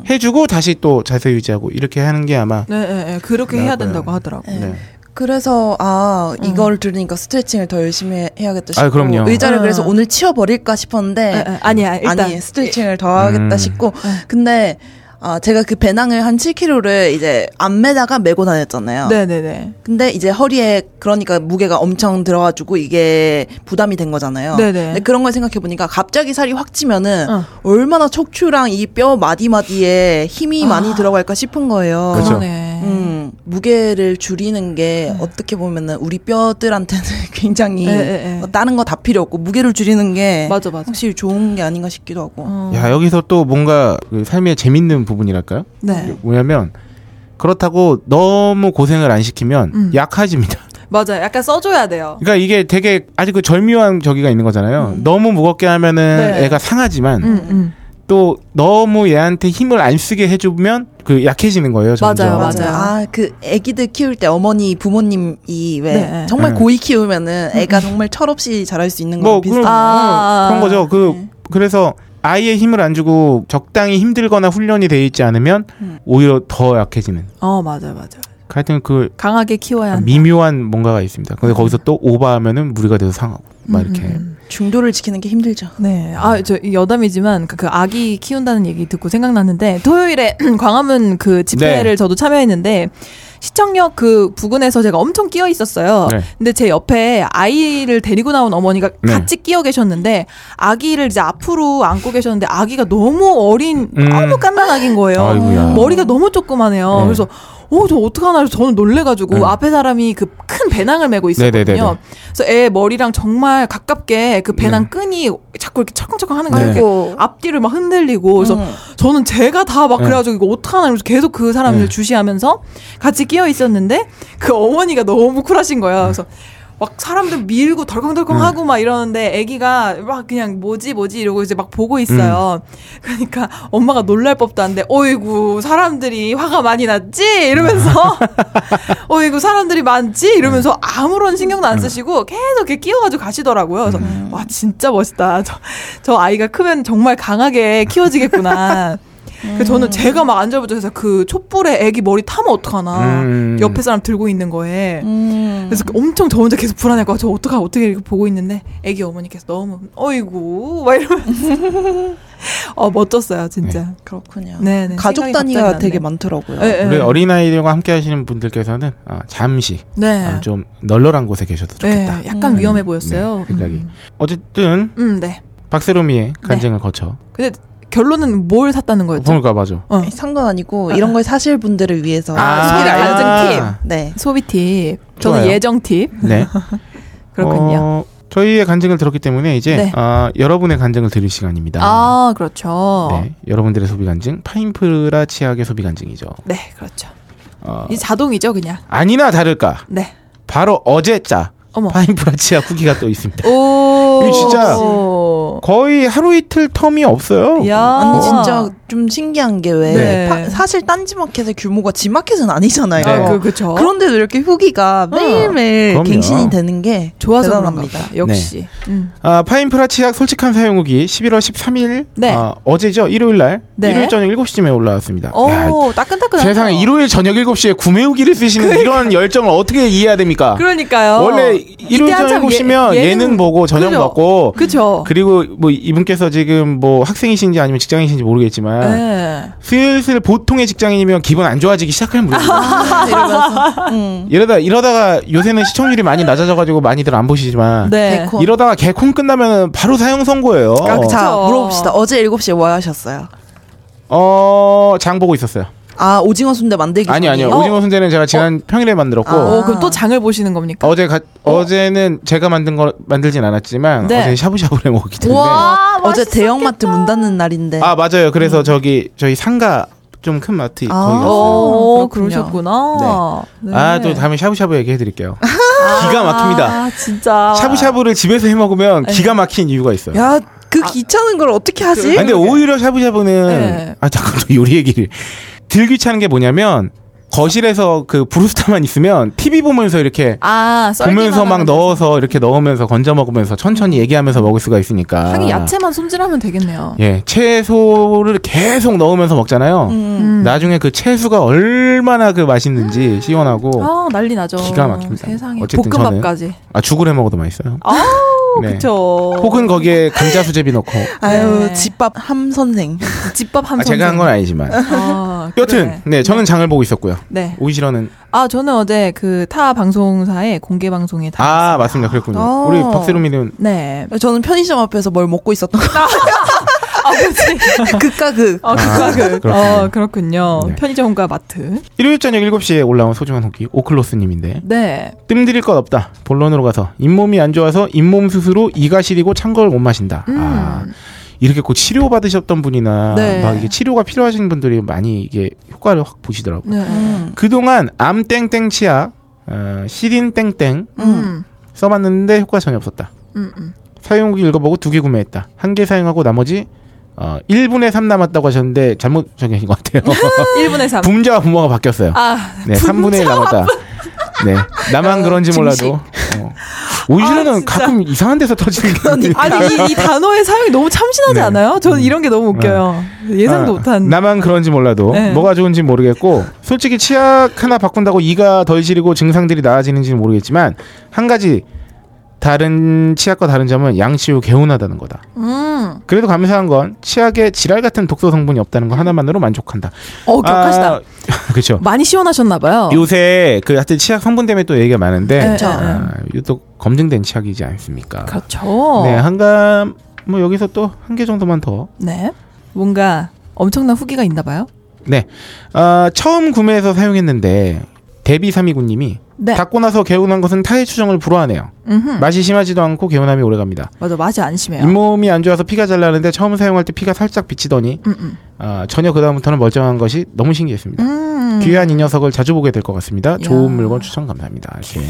E: 해주고 다시 또 자세 유지하고 이렇게 하는 게 아마
D: 네, 네, 네. 그렇게
E: 그래요.
D: 해야 된다고 하더라고. 요
F: 네.
E: 네.
F: 그래서 아
D: 음.
F: 이걸 들으니까 스트레칭을 더 열심히 해- 해야겠다 싶고
E: 아, 그럼요.
F: 의자를
D: 어.
F: 그래서 오늘 치워버릴까 싶었는데
D: 네. 아니야, 일단 네.
F: 아니 스트레칭을 더 하겠다
E: 음.
F: 싶고 근데 아 제가 그 배낭을 한 7kg를 이제 안 매다가 메고 다녔잖아요.
D: 네, 네, 네.
F: 근데 이제 허리에 그러니까 무게가 엄청 들어가지고 이게 부담이 된 거잖아요.
D: 네네.
F: 근데 그런 걸 생각해 보니까 갑자기 살이 확 찌면은
D: 어.
F: 얼마나 척추랑 이 뼈 마디마디에
D: 아.
F: 힘이 많이 들어갈까 싶은 거예요.
E: 그렇죠.
D: 그러네.
F: 음, 무게를 줄이는
D: 네.
F: 게 어떻게 보면은 우리 뼈들한테는 굉장히
D: 예, 예, 예.
F: 뭐 다른 거 다 필요 없고 무게를 줄이는 게
D: 맞아, 맞아. 어.
F: 확실히 좋은 게 아닌가 싶기도 하고.
D: 음.
E: 야 여기서 또 뭔가 그 삶의 재밌는 부분이랄까요?
D: 네,
E: 뭐냐면 그렇다고 너무 고생을 안 시키면
D: 음.
E: 약해집니다.
D: 맞아. 요 약간 써줘야 돼요.
E: 그러니까 이게 되게 아주 그 절묘한 저기가 있는 거잖아요. 너무 무겁게 하면은
D: 음. 네.
E: 애가 상하지만
D: 음, 음.
E: 또 너무 얘한테 힘을 안 쓰게 해주면 그 약해지는 거예요. 점점.
D: 맞아요, 맞아요.
F: 아, 그 애기들 키울 때 어머니 부모님이 왜
D: 네. 음,
F: 정말
E: 네.
F: 고이 키우면은 애가 정말 철없이 자랄 수 있는 거랑
E: 뭐
F: 비슷한
E: 그런,
D: 아.
E: 그런 거죠. 그 그래서 아이의 힘을 안 주고 적당히 힘들거나 훈련이 돼 있지 않으면
D: 음.
E: 오히려 더 약해지는.
D: 어, 맞아, 맞아.
E: 하여튼 그
D: 강하게 키워야 한다.
E: 미묘한 뭔가가 있습니다. 근데 거기서 또 오버하면은 무리가 돼서 상하고 막
D: 음,
E: 이렇게.
F: 중도를 지키는 게 힘들죠.
D: 네, 아저 여담이지만 그, 그 아기 키운다는 얘기 듣고 생각났는데 토요일에 광화문 그 집회를
E: 네.
D: 저도 참여했는데 시청역 그 부근에서 제가 엄청 끼어 있었어요.
E: 네.
D: 근데 제 옆에 아이를 데리고 나온 어머니가
E: 네.
D: 같이 끼어 계셨는데 아기를 이제 앞으로 안고 계셨는데 아기가 너무 어린
E: 음.
D: 너무 깐난 아기인 거예요.
E: 아이고야.
D: 머리가 너무 조그만해요.
E: 네.
D: 그래서 어, 저 어떡하나 해서 저는 놀래가지고
E: 네.
D: 앞에 사람이 그 큰 배낭을 메고 있었거든요.
E: 네네네네.
D: 그래서 애 머리랑 정말 가깝게 그 배낭 끈이 자꾸 이렇게 철컹철컹 하는 거예요.
E: 네.
D: 이렇게 앞뒤를 막 흔들리고 뭐 그래서 저는 제가 다 막
E: 네.
D: 그래가지고 이거 어떡하나 이러면서 계속 그 사람을
E: 네.
D: 주시하면서 같이 끼어 있었는데 그 어머니가 너무 쿨하신
E: 네.
D: 거예요. 그래서 막 사람들 밀고 덜컹덜컹하고 막 이러는데 아기가 막 그냥 뭐지 뭐지 이러고 이제 막 보고 있어요.
E: 음.
D: 그러니까 엄마가 놀랄 법도 한데 어이구 사람들이 화가 많이 났지 이러면서 어이구 사람들이 많지
F: 음.
D: 이러면서 아무런 신경도 안 쓰시고 계속 이렇게 끼어가지고 가시더라고요. 그래서
F: 음.
D: 와 진짜 멋있다. 저, 저 아이가 크면 정말 강하게 키워지겠구나. 그
F: 음.
D: 저는 제가 막 앉아보자 해서 그 촛불에 애기 머리 타면 어떡하나 아,
E: 음.
D: 옆에 사람 들고 있는 거에
F: 음.
D: 그래서 엄청 저 혼자 계속 불안할 거야 저 어떡하 어떻게 이렇게 보고 있는데 애기 어머니께서 너무 어이구 막 이러면서 어 멋졌어요 진짜
F: 그렇군요.
D: 네, 네.
F: 가족
D: 생각이
F: 단위가
D: 갑자기
F: 되게
D: 났네.
F: 많더라고요.
D: 네, 네.
E: 우리 어린아이들과 함께 하시는 분들께서는 아, 잠시
D: 네,
E: 아, 좀 널널한 곳에 계셔도 좋겠다.
D: 네 약간
F: 음.
D: 위험해 보였어요
E: 네, 생각이.
D: 음.
E: 어쨌든
D: 음, 네
E: 박세롬이의 간증을 거쳐.
D: 근데 결론은 뭘 샀다는 거였죠
E: 그러니까 맞아.
D: 어.
F: 네, 상관 아니고 이런 걸 사실 분들을 위해서
D: 아,
F: 소개를
D: 소비를 알려준
F: 알려드릴게요. 네.
D: 소비 팁 저는
E: 좋아요.
D: 예정 팁
E: 네.
D: 그렇군요
E: 어, 저희의 간증을 들었기 때문에 이제
D: 네.
E: 아, 여러분의 간증을 들을 시간입니다.
D: 아 그렇죠
E: 네, 여러분들의 소비 간증, 파인프라 치약의 소비 간증이죠.
D: 네 그렇죠
E: 어,
D: 이 자동이죠 그냥
E: 아니나 다를까
D: 네
E: 바로 어제자
D: 어머.
E: 파인프라 치약 후기가 또 있습니다.
D: 오.
E: 이거 진짜-
D: 오.
E: 거의 하루 이틀 텀이 없어요.
D: 야.
F: 아니 진짜 좀 신기한 게 왜
D: 네.
F: 사실 딴지마켓의 규모가 지마켓은 아니잖아요.
E: 네. 아,
D: 아, 그, 그쵸.
F: 그런데도 이렇게 후기가 매일매일
E: 그럼요.
F: 갱신이 되는 게
D: 좋아서
F: 대단합니다.
D: 그런가 보다. 역시. 음.
E: 아, 파인프라 치약 솔직한 사용 후기 11월 13일
D: 네.
E: 아, 어제죠 일요일 날
D: 네. 어,
E: 일요일 저녁 7시쯤에 올라왔습니다. 야,
D: 오, 따끈따끈.
E: 세상에 일요일 저녁 7시에 구매 후기를 쓰시는 이런 열정을 어떻게 이해해야 됩니까?
D: 그러니까. 그러니까요.
E: 원래
D: 이때
E: 일요일
D: 한참
E: 저녁 7시면
D: 예-
E: 예능, 보고 저녁
D: 그죠?
E: 먹고
D: 그쵸.
E: 그리고 뭐 이분께서 지금 뭐 학생이신지 아니면 직장이신지 모르겠지만
D: 예.
E: 슬슬 보통의 직장인이면 기분 안 좋아지기 시작할 무렵
F: 이러면서 음.
E: 이러다 이러다가 요새는 시청률이 많이 낮아져가지고 많이들 안 보시지만
D: 네.
F: 데코.
E: 이러다가 개콘 끝나면 바로 사용 선고예요.
D: 아, 그쵸.
F: 자 물어봅시다. 어제 7시에 뭐 하셨어요?
E: 어, 장 보고 있었어요.
F: 아 오징어 순대 만들기
E: 아니 아니요.
F: 전이에요?
E: 오징어 순대는 제가 지난 평일에 만들었고
F: 아.
D: 오, 그럼 또 장을 보시는 겁니까?
E: 어제 가, 어제는 제가 만든 거 만들진 않았지만
D: 네.
E: 어제 샤브샤브를 먹었기 때문에
F: 와, 어제 대형마트 문 닫는 날인데
E: 아 맞아요. 그래서 저기 저희 상가 좀 큰 마트
F: 아.
E: 거기 갔어요.
D: 오,
F: 그렇군요.
D: 그러셨구나. 네.
E: 아 또 다음에 샤브샤브 얘기해드릴게요. 기가 막힙니다.
D: 아, 진짜. 네.
E: 샤브샤브를 집에서 해 먹으면 기가 막힌 이유가 있어요.
F: 야그 귀찮은 걸 어떻게 하지?
E: 아니, 아. 근데 오히려 샤브샤브는
D: 네.
E: 아 잠깐 또 요리 얘기를 들 귀찮은 게 뭐냐면 거실에서 그 브루스타만 있으면 TV 보면서 이렇게
D: 아, 썰기만
E: 보면서 막
D: 하면
E: 넣어서 이렇게 넣으면서 건져 먹으면서 천천히 얘기하면서 먹을 수가 있으니까.
D: 하긴 야채만 손질하면 되겠네요.
E: 예, 채소를 계속 넣으면서 먹잖아요.
F: 음.
D: 음.
E: 나중에 그 채소가 얼마나 그 맛있는지 시원하고
D: 아, 난리 나죠.
E: 기가 막힙니다.
D: 세상에.
E: 어쨌든
D: 볶음밥까지.
E: 아 죽을 해 먹어도 맛있어요.
D: 아우,
E: 네.
D: 그쵸.
E: 혹은 거기에 감자 수제비 넣고.
F: 아유
D: 네.
F: 집밥 함 선생
D: 그 집밥 한
E: 아, 제가 한 건 아니지만.
D: 아,
E: 여튼
D: 그래.
E: 네, 저는 장을 보고 있었고요.
D: 네.
E: 오이시러는
D: 아, 저는 어제 그 타 방송사의 공개 방송에 다.
E: 아 맞습니다. 그랬군요.
F: 어.
E: 우리 박세롬이는
D: 네.
F: 저는 편의점 앞에서 뭘 먹고 있었던 거
D: 아, 그렇지.
F: 극과 극
D: 어,
E: 아,
D: 그거 그.
E: 그렇군요.
D: 어, 그렇군요.
E: 네.
D: 편의점과 마트.
E: 일요일 저녁 7시에 올라온 소중한 후기 오클로스님인데
D: 네.
E: 뜸들일 것 없다. 본론으로 가서 인몸이 안 좋아서 잇몸 수술로 이가 시리고 찬 걸 못 마신다. 아, 이렇게 곧 치료 받으셨던 분이나
D: 네.
E: 막 이게 치료가 필요하신 분들이 많이 이게 효과를 확 보시더라고요.
D: 네.
F: 음.
E: 그동안 암 땡땡 치약, 어, 시린 땡땡
D: 음.
E: 써봤는데 효과 전혀 없었다.
D: 음. 음.
E: 사용 후기 읽어보고 두 개 구매했다. 한 개 사용하고 나머지 어, 1분의 3 남았다고 하셨는데 잘못 정리하신 것 같아요.
D: 어, 1분의 3.
E: 분자와 분모가 바뀌었어요.
D: 아,
E: 네, 3분의 1 남았다. 네, 나만 그런지 몰라도. 어. 오이시라는
D: 아, 진짜.
E: 가끔 이상한 데서 터지는 게 있는데.
D: 아니, 이, 이 단어의 사용이 너무 참신하지
E: 네.
D: 않아요? 저는 이런 게 너무 웃겨요. 예상도
E: 아,
D: 못한.
E: 나만 그런지 몰라도
D: 네.
E: 뭐가 좋은지 모르겠고 솔직히 치약 하나 바꾼다고 이가 덜 시리고 증상들이 나아지는지는 모르겠지만 한 가지 다른 치약과 다른 점은 양치 후 개운하다는 거다.
D: 음.
E: 그래도 감사한 건 치약에 지랄 같은 독소 성분이 없다는 거 하나만으로 만족한다.
D: 어, 격하시다. 어.
E: 그렇죠.
D: 많이 시원하셨나봐요.
E: 요새 그 하여튼 치약 성분 때문에 또 얘기가 많은데
D: 그쵸.
E: 아, 이거 또 검증된 치약이지 않습니까?
D: 그렇죠.
E: 네, 한감 뭐 여기서 또 한 개 정도만 더.
D: 네. 뭔가 엄청난 후기가 있나 봐요.
E: 네, 아, 처음 구매해서 사용했는데 데비 329님이
D: 네.
E: 닦고 나서 개운한 것은 타의 추정을 불허하네요.
D: 음흠.
E: 맛이 심하지도 않고 개운함이 오래갑니다.
D: 맞아. 맛이 안 심해요.
E: 잇몸이 안 좋아서 피가 잘 나는데 처음 사용할 때 피가 살짝 비치더니
D: 음, 음.
E: 아, 전혀 그 다음부터는 멀쩡한 것이 너무 신기했습니다.
D: 음.
E: 귀한 이 녀석을 자주 보게 될 것 같습니다.
F: 야.
E: 좋은 물건 추천 감사합니다. 이렇게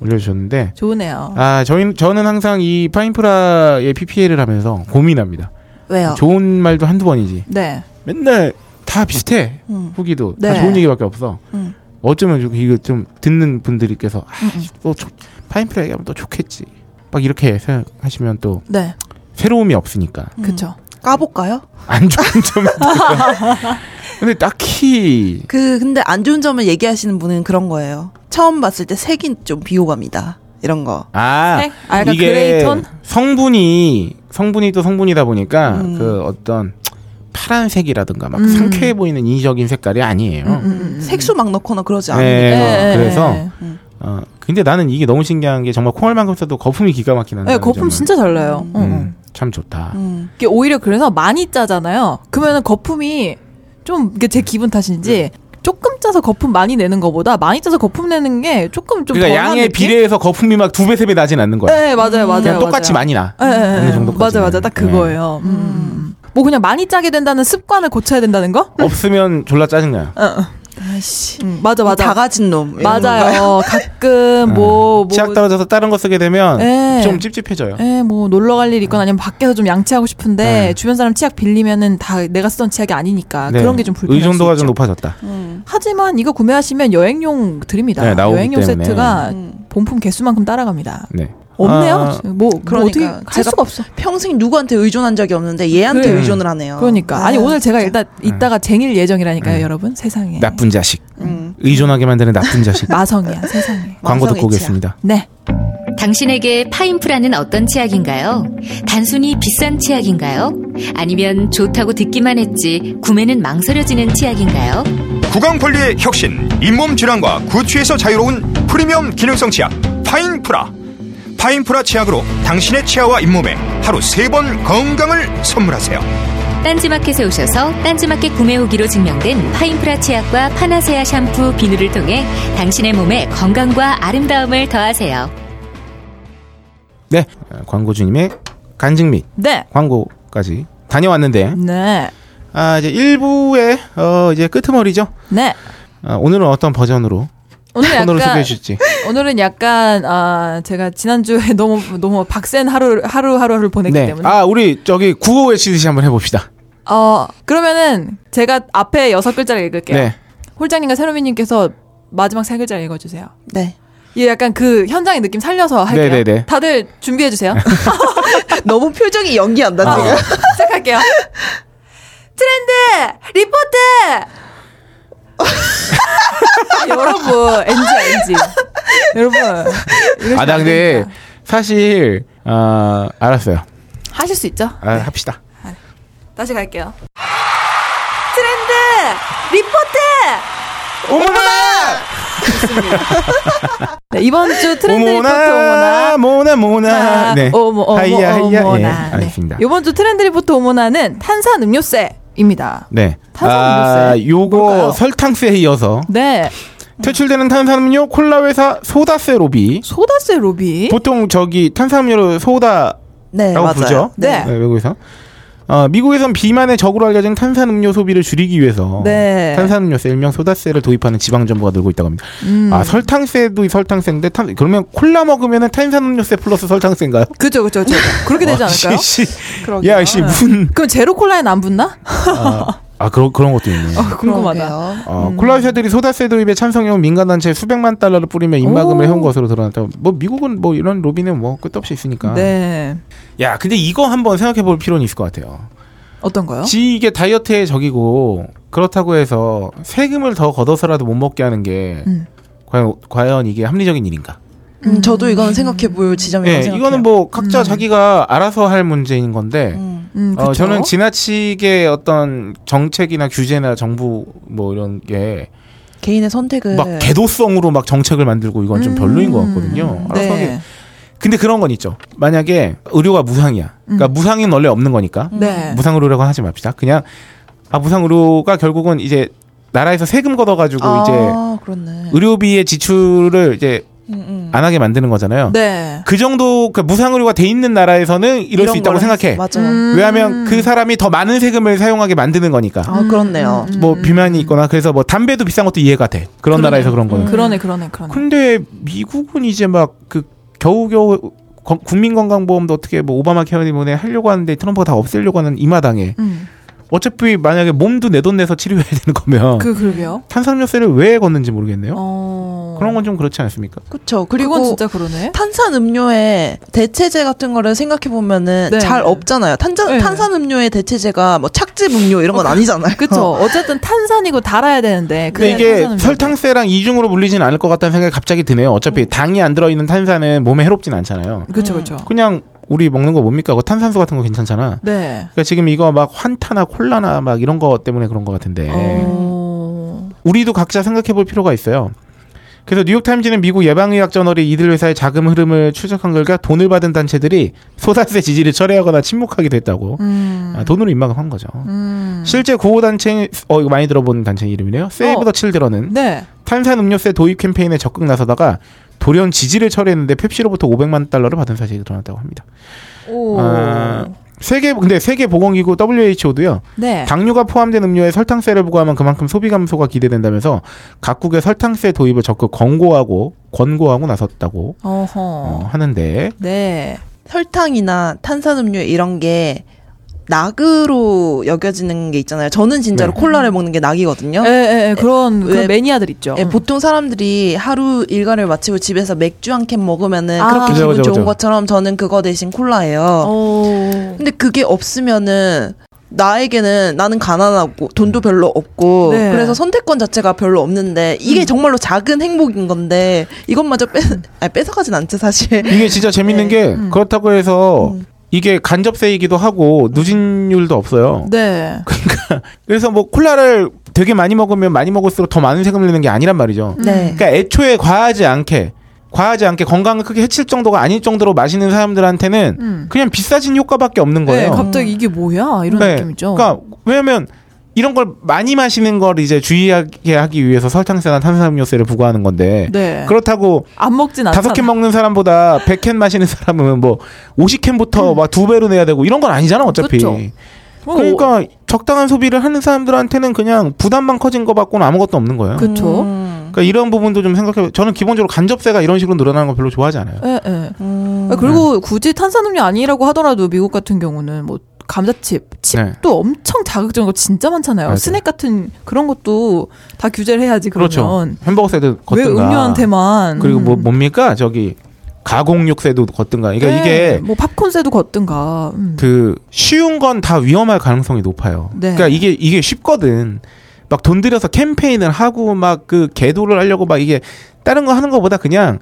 E: 올려주셨는데
D: 좋으네요.
E: 아 저희 저는 항상 이 파인프라의 PPL을 하면서 고민합니다.
F: 왜요?
E: 좋은 말도 한두 번이지
D: 네.
E: 맨날 다 비슷해
F: 음.
E: 후기도
D: 네.
E: 다 좋은 얘기밖에 없어.
D: 음.
E: 어쩌면 좀 이거 좀 듣는 분들께서 아, 또 좋- 파인프라 얘기하면 또 좋겠지. 막 이렇게 생각하시면 또
D: 네.
E: 새로움이 없으니까
D: 그쵸.
F: 까볼까요?
E: 안 좋은 점이 있어요. 근데 딱히
F: 그 근데 안 좋은 점을 얘기하시는 분은 그런 거예요. 처음 봤을 때 색이 좀 비호감이다 이런 거.
E: 아
D: 색? 아, 약간
E: 이게
D: 그레이톤?
E: 성분이 성분이 또 성분이다 보니까
F: 음.
E: 그 어떤 파란색이라든가 막
D: 음.
E: 상쾌해 보이는 인위적인 색깔이 아니에요.
D: 음, 음, 음.
F: 색소 막 넣거나 그러지 않아요.
E: 네,
D: 예, 예,
E: 그래서
D: 예.
E: 어, 근데 나는 이게 너무 신기한 게 정말 콩알만큼 써도 거품이 기가 막히는.
D: 네, 거품 진짜 잘 나요. 어, 어.
E: 음, 참 좋다.
F: 음.
D: 이게 오히려 그래서 많이 짜잖아요. 그러면 거품이 좀 이게 제 기분
E: 네.
D: 탓인지 조금 짜서 거품 많이 내는 것보다 많이 짜서 거품 내는 게 조금 좀
E: 그러니까
D: 덜한
E: 양에
D: 느낌?
E: 비례해서 거품이 막 두 배 세 배 나진 않는 거야.
D: 네, 맞아요, 맞아요.
E: 그냥 똑같이 많이 나.
D: 맞아요. 네, 네,
E: 어느
D: 네.
E: 정도까지는. 네.
D: 맞아, 맞아. 딱 그거예요. 음. 뭐 그냥 많이 짜게 된다는 습관을 고쳐야 된다는 거?
E: 없으면 졸라 짜증나.
D: 어,
F: 아이씨.
D: 음, 맞아, 맞아.
E: 뭐
F: 작아진 예. 놈. 이런 건가요?
D: 맞아요. 어, 가끔 뭐, 뭐.
E: 네. 치약 떨어져서 다른 거 쓰게 되면
D: 네.
E: 좀 찝찝해져요.
D: 예, 뭐 놀러 갈 일 있거나 아니면 밖에서 좀 양치하고 싶은데
E: 네.
D: 주변 사람 치약 빌리면은 다 내가 쓰던 치약이 아니니까
E: 네.
D: 그런 게 좀 불편해요.
E: 의존도가 좀 높아졌다.
D: 어. 하지만 이거 구매하시면 여행용 드립니다.
E: 네, 나오기
D: 여행용
E: 때문에.
D: 세트가
F: 음.
D: 본품 개수만큼 따라갑니다.
E: 네.
D: 없네요.
E: 아,
D: 뭐, 뭐 어떻게
F: 그러니까
D: 갈
F: 제가
D: 수가 없어.
F: 평생 누구한테 의존한 적이 없는데 얘한테
D: 그래.
F: 의존을 하네요.
D: 그러니까 아니
F: 아유,
D: 오늘 제가
F: 진짜.
D: 일단 이따가 쟁일 예정이라니까요, 여러분. 세상에
E: 네. 나쁜 자식.
F: 음.
E: 의존하게 만드는 나쁜 자식.
D: 마성이야, 세상에.
E: 광고
F: 만성의
E: 듣고
F: 치약.
E: 오겠습니다.
D: 네,
A: 당신에게 파인프라는 어떤 치약인가요? 단순히 비싼 치약인가요? 아니면 좋다고 듣기만 했지 구매는 망설여지는 치약인가요?
G: 구강 관리의 혁신, 잇몸 질환과 구취에서 자유로운 프리미엄 기능성 치약 파인프라. 파인프라 치약으로 당신의 치아와 잇몸에 하루 세 번 건강을 선물하세요.
A: 딴지마켓에 오셔서 딴지마켓 구매 후기로 증명된 파인프라 치약과 파나세아 샴푸 비누를 통해 당신의 몸에 건강과 아름다움을 더하세요.
E: 네. 어, 광고주님의 간증 및
D: 네,
E: 광고까지 다녀왔는데
D: 네,
E: 아 이제 1부의 어 이제 끄트머리죠.
D: 네.
E: 아, 오늘은 어떤 버전으로
D: 오늘
E: 코너를 소개해
D: 약간
E: 주실지.
D: 오늘은 약간 아 제가 지난 주에 너무 너무 박센 하루 하루 하루를 보냈기
E: 네.
D: 때문에
E: 아 우리 저기 구호 외치듯이 한번 해봅시다.
D: 어 그러면은 제가 앞에 여섯 글자를 읽을게요.
E: 네.
D: 홀장님과 새로미님께서 마지막 세 글자를 읽어주세요.
F: 네.
D: 예, 약간 그 현장의 느낌 살려서 할게요.
E: 네네네. 네.
D: 다들 준비해 주세요. 아, 네.
F: 너무 표정이 연기한다
E: 아.
F: 지금.
D: 시작할게요. 트렌드 리포트. 여러분 NG NG. 여러분. 이러시면
E: 아, 나
D: 안
E: 근데
D: 됩니다.
E: 사실 아 알았어요.
D: 하실 수 있죠?
E: 아, 합시다.
D: 다시 갈게요. 트렌드 리포트.
E: 오모나
D: 네, 이번 주 트렌드 리포트
E: 오모나
D: 오모나. 아, 어, 뭐,
E: 모나 모나 네.
D: 오모 오모
E: 하이야 하이야 예.
D: 오모나. 네.
E: 알겠습니다.
D: 이번 주 트렌드 리포트 오모나는 탄산 음료세입니다.
E: 네. 아,
D: 탄산음료세.
E: 요거
D: 뭘까요?
E: 설탕세에 이어서
D: 네.
E: 퇴출되는 탄산음료 콜라 회사 소다세 로비.
D: 소다세 로비.
E: 보통 저기 탄산음료를 소다라고
F: 네, 맞아요.
E: 부르죠.
D: 네.
E: 외국에서. 어, 미국에선 비만의 적으로 알려진 탄산음료 소비를 줄이기 위해서
D: 네.
E: 탄산음료세 일명 소다세를 도입하는 지방 정부가 늘고 있다고 합니다.
D: 음.
E: 아 설탕세도 이 설탕세인데 탄- 그러면 콜라 먹으면 탄산음료세 플러스 설탕세인가요?
D: 그죠, 그죠, 그죠. 그렇게 되지
E: 와,
D: 않을까요?
E: 씨, 씨.
D: 그러게요. 네.
E: 야, 씨 무슨
D: 그럼 제로 콜라에는 안 붙나?
E: 아, 아, 그런 그런 것도 있네.
D: 아, 궁금하다.
F: 그러게요.
E: 어, 콜라 회사들이 소다세 도입에 참석해온 민간단체에 수백만 달러를 뿌리며 입막음을
D: 오.
E: 해온 것으로 드러났다. 뭐 미국은 뭐 이런 로비는 뭐 끝도 없이 있으니까.
D: 네.
E: 야, 근데 이거 한번 생각해볼 필요는 있을 것 같아요.
D: 어떤 거요?
E: 지 이게 다이어트의 적이고 그렇다고 해서 세금을 더 걷어서라도 못 먹게 하는 게
D: 음.
E: 과연 과연 이게 합리적인 일인가?
F: 음, 저도 이건 생각해볼 지점이라고
E: 예,
F: 네, 생각해요.
E: 이거는 뭐 각자 자기가 알아서 할 문제인 건데.
F: 음.
D: 음,
E: 어,
D: 그쵸?
E: 저는 지나치게 어떤 정책이나 규제나 정부 뭐 이런 게 막
F: 개인의 선택을
E: 개도성으로 막 정책을 만들고 이건 좀 별로인 것 같거든요. 알아서 하게
D: 네.
E: 근데 그런 건 있죠. 만약에 의료가 무상이야. 그러니까 무상은 원래 없는 거니까.
D: 네.
E: 무상 의료라고 하지 맙시다. 그냥 아 무상 의료가 결국은 이제 나라에서 세금 걷어가지고 이제
F: 아, 그렇네.
E: 의료비의 지출을 이제 안 하게 만드는 거잖아요.
D: 네.
E: 그 정도 그 무상 의료가 돼 있는 나라에서는 이럴 수
F: 이런
E: 있다고
F: 걸
E: 생각해.
F: 했- 맞아요.
D: 음,
E: 왜냐하면 그 사람이 더 많은 세금을 사용하게 만드는 거니까.
F: 아, 그렇네요.
E: 뭐 비만이 있거나 그래서 뭐 담배도 비싼 것도 이해가 돼. 그런
D: 그러네. 음.
E: 나라에서 그런 거는.
D: 그러네, 그러네,
E: 음.
D: 그러네.
E: 근데 미국은 이제 막 그 겨우겨우 건- 국민건강보험도 어떻게 뭐 오바마 케어리 문에 하려고 하는데 트럼프가 다 없애려고 하는 이 마당에
D: 음.
E: 어차피 만약에 몸도 내 돈 내서 치료해야 되는 거면
D: 그 그러게요.
E: 탄산료세를 왜 걷는지 모르겠네요.
D: 어.
E: 그런 어. 건 좀 그렇지 않습니까?
F: 그렇죠.
D: 그건
F: 그리고
D: 진짜 그러네.
F: 탄산 음료에 대체제 같은 거를 생각해 보면은
D: 네.
F: 잘 없잖아요. 탄산
D: 네. 어,
F: 탄산 음료의 대체제가 뭐 착즙 음료 이런 건 아니잖아요.
D: 그쵸. 어쨌든 탄산이고 달아야 되는데.
E: 근데
D: 그게
E: 이게
D: 탄산음료.
E: 설탕세랑 이중으로 물리진 않을 것 같다는 생각이 갑자기 드네요.
D: 음.
E: 어차피 당이 안 들어있는 탄산은 몸에 해롭진 않잖아요.
D: 그쵸, 그쵸.
E: 그냥 우리 먹는 거 뭡니까? 그 탄산수 같은 거 괜찮잖아.
D: 네.
E: 그러니까 지금 이거 막 환타나 콜라나 막 이런 거 때문에 그런 것 같은데
D: 어.
E: 우리도 각자 생각해 볼 필요가 있어요. 그래서 뉴욕타임즈는 미국 예방의학 저널이 이들 회사의 자금 흐름을 추적한 결과 돈을 받은 단체들이 소다세 지지를 철회하거나 침묵하게 됐다고
D: 음.
E: 아, 돈으로 입막을 한 거죠.
D: 음.
E: 실제 구호 단체 어 이거 많이 들어본 단체 이름이네요. 세이브
D: 어.
E: 더 칠드런은
D: 네.
E: 탄산 음료세 도입 캠페인에 적극 나서다가 돌연 지지를 철회했는데 펩시로부터 500만 달러를 받은 사실이 드러났다고 합니다.
D: 오.
E: 아, 세계 근데 세계 보건기구 WHO도요.
D: 네.
E: 당류가 포함된 음료에 설탕세를 부과하면 그만큼 소비 감소가 기대된다면서 각국의 설탕세 도입을 적극 권고하고 권고하고 나섰다고
D: 어허.
E: 어, 하는데
D: 네.
F: 설탕이나 탄산 음료 이런 게 낙으로 여겨지는 게 있잖아요. 저는 진짜로
E: 네.
F: 콜라를 먹는 게 낙이거든요.
D: 예, 예, 예. 그런, 그런
F: 왜-
D: 매니아들 있죠.
F: 예, 네. 보통 사람들이 하루 일과를 마치고 집에서 맥주 한 캔 먹으면은
D: 아.
F: 그렇게
D: 그죠,
F: 기분
E: 그죠,
F: 좋은
E: 그죠.
F: 것처럼 저는 그거 대신 콜라예요.
D: 어.
F: 근데 그게 없으면은 나에게는 나는 가난하고
E: 음.
F: 돈도 별로 없고
D: 네.
F: 그래서 선택권 자체가 별로 없는데 이게
E: 음.
F: 정말로 작은 행복인 건데 이것마저 뺏 아니, 뺏어가진 않죠 사실.
E: 이게 진짜
D: 네.
E: 재밌는 게
D: 음.
E: 그렇다고 해서 이게 간접세이기도 하고 누진율도 없어요.
D: 네.
E: 그래서 뭐 콜라를 되게 많이 먹으면 많이 먹을수록 더 많은 세금을 내는 게 아니란 말이죠.
F: 네.
E: 그러니까 애초에 과하지 않게 과하지 않게 건강을 크게 해칠 정도가 아닐 정도로 마시는 사람들한테는
D: 음.
E: 그냥 비싸진 효과밖에 없는
D: 네,
E: 거예요.
D: 갑자기 이게 뭐야? 이런
E: 네.
D: 느낌이죠.
E: 그러니까 왜냐면 이런 걸 많이 마시는 걸 이제 주의하게 하기 위해서 설탕세나 탄산음료세를 부과하는 건데
D: 네.
E: 그렇다고
D: 안 먹진 않잖아.
E: 다섯 캔 먹는 사람보다 백 캔 마시는 사람은 뭐 오십 캔부터 막 두 배로 내야 되고 이런 건 아니잖아 어차피.
D: 음. 그쵸. 어,
E: 그러니까 적당한 소비를 하는 사람들한테는 그냥 부담만 커진 거 받고는 아무것도 없는 거예요. 그, 러
D: 그쵸.
F: 음.
E: 니까 이런 부분도 좀 생각해. 저는 기본적으로 간접세가 이런 식으로 늘어나는 걸 별로 좋아하지 않아요.
D: 예, 예.
E: 음.
D: 아,
E: 네.
D: 그리고 굳이 탄산음료 아니라고 하더라도 미국 같은 경우는 뭐 감자칩, 칩도
E: 네.
D: 엄청 자극적인 거 진짜 많잖아요.
E: 맞아요.
D: 스낵 같은 그런 것도 다 규제를 해야지 그러면.
E: 그렇죠. 햄버거 세도
D: 왜
E: 걷든가.
D: 음료한테만
E: 그리고 뭐 뭡니까 저기 가공육세도 걷든가. 그러니까
D: 네,
E: 이게
D: 뭐 팝콘세도 걷든가. 음.
E: 그 쉬운 건 다 위험할 가능성이 높아요.
D: 네.
E: 그러니까 이게 이게 쉽거든. 막 돈 들여서 캠페인을 하고 막 그 개도를 하려고 막 이게 다른 거 하는 거보다 그냥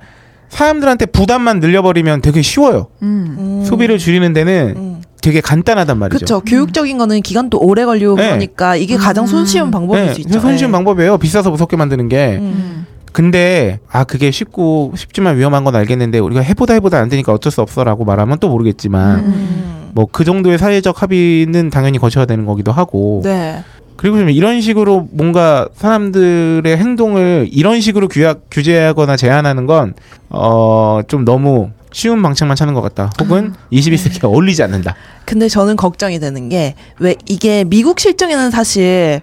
E: 사람들한테 부담만 늘려버리면 되게 쉬워요.
D: 음.
E: 소비를 줄이는 데는
F: 음.
E: 되게 간단하단 말이죠.
F: 그렇죠. 교육적인 거는 기간도 오래 걸리고
E: 네.
F: 그러니까 이게 가장 손쉬운 방법일
E: 네,
F: 수 있죠.
E: 손쉬운 방법이에요. 비싸서 무섭게 만드는 게.
F: 음.
E: 근데 아 그게 쉽고 쉽지만 위험한 건 알겠는데 우리가 해보다 해보다 안 되니까 어쩔 수 없어라고 말하면 또 모르겠지만
F: 음.
E: 뭐 그 정도의 사회적 합의는 당연히 거쳐야 되는 거기도 하고
D: 네.
E: 그리고 좀 이런 식으로 뭔가 사람들의 행동을 이런 식으로 규약, 규제하거나 제한하는 건, 어, 좀 너무 쉬운 방책만 찾는 것 같다.
F: 아,
E: 혹은
F: 네.
E: 21세기에 어울리지 않는다.
F: 근데 저는 걱정이 되는 게 왜 이게 미국 실정에는 사실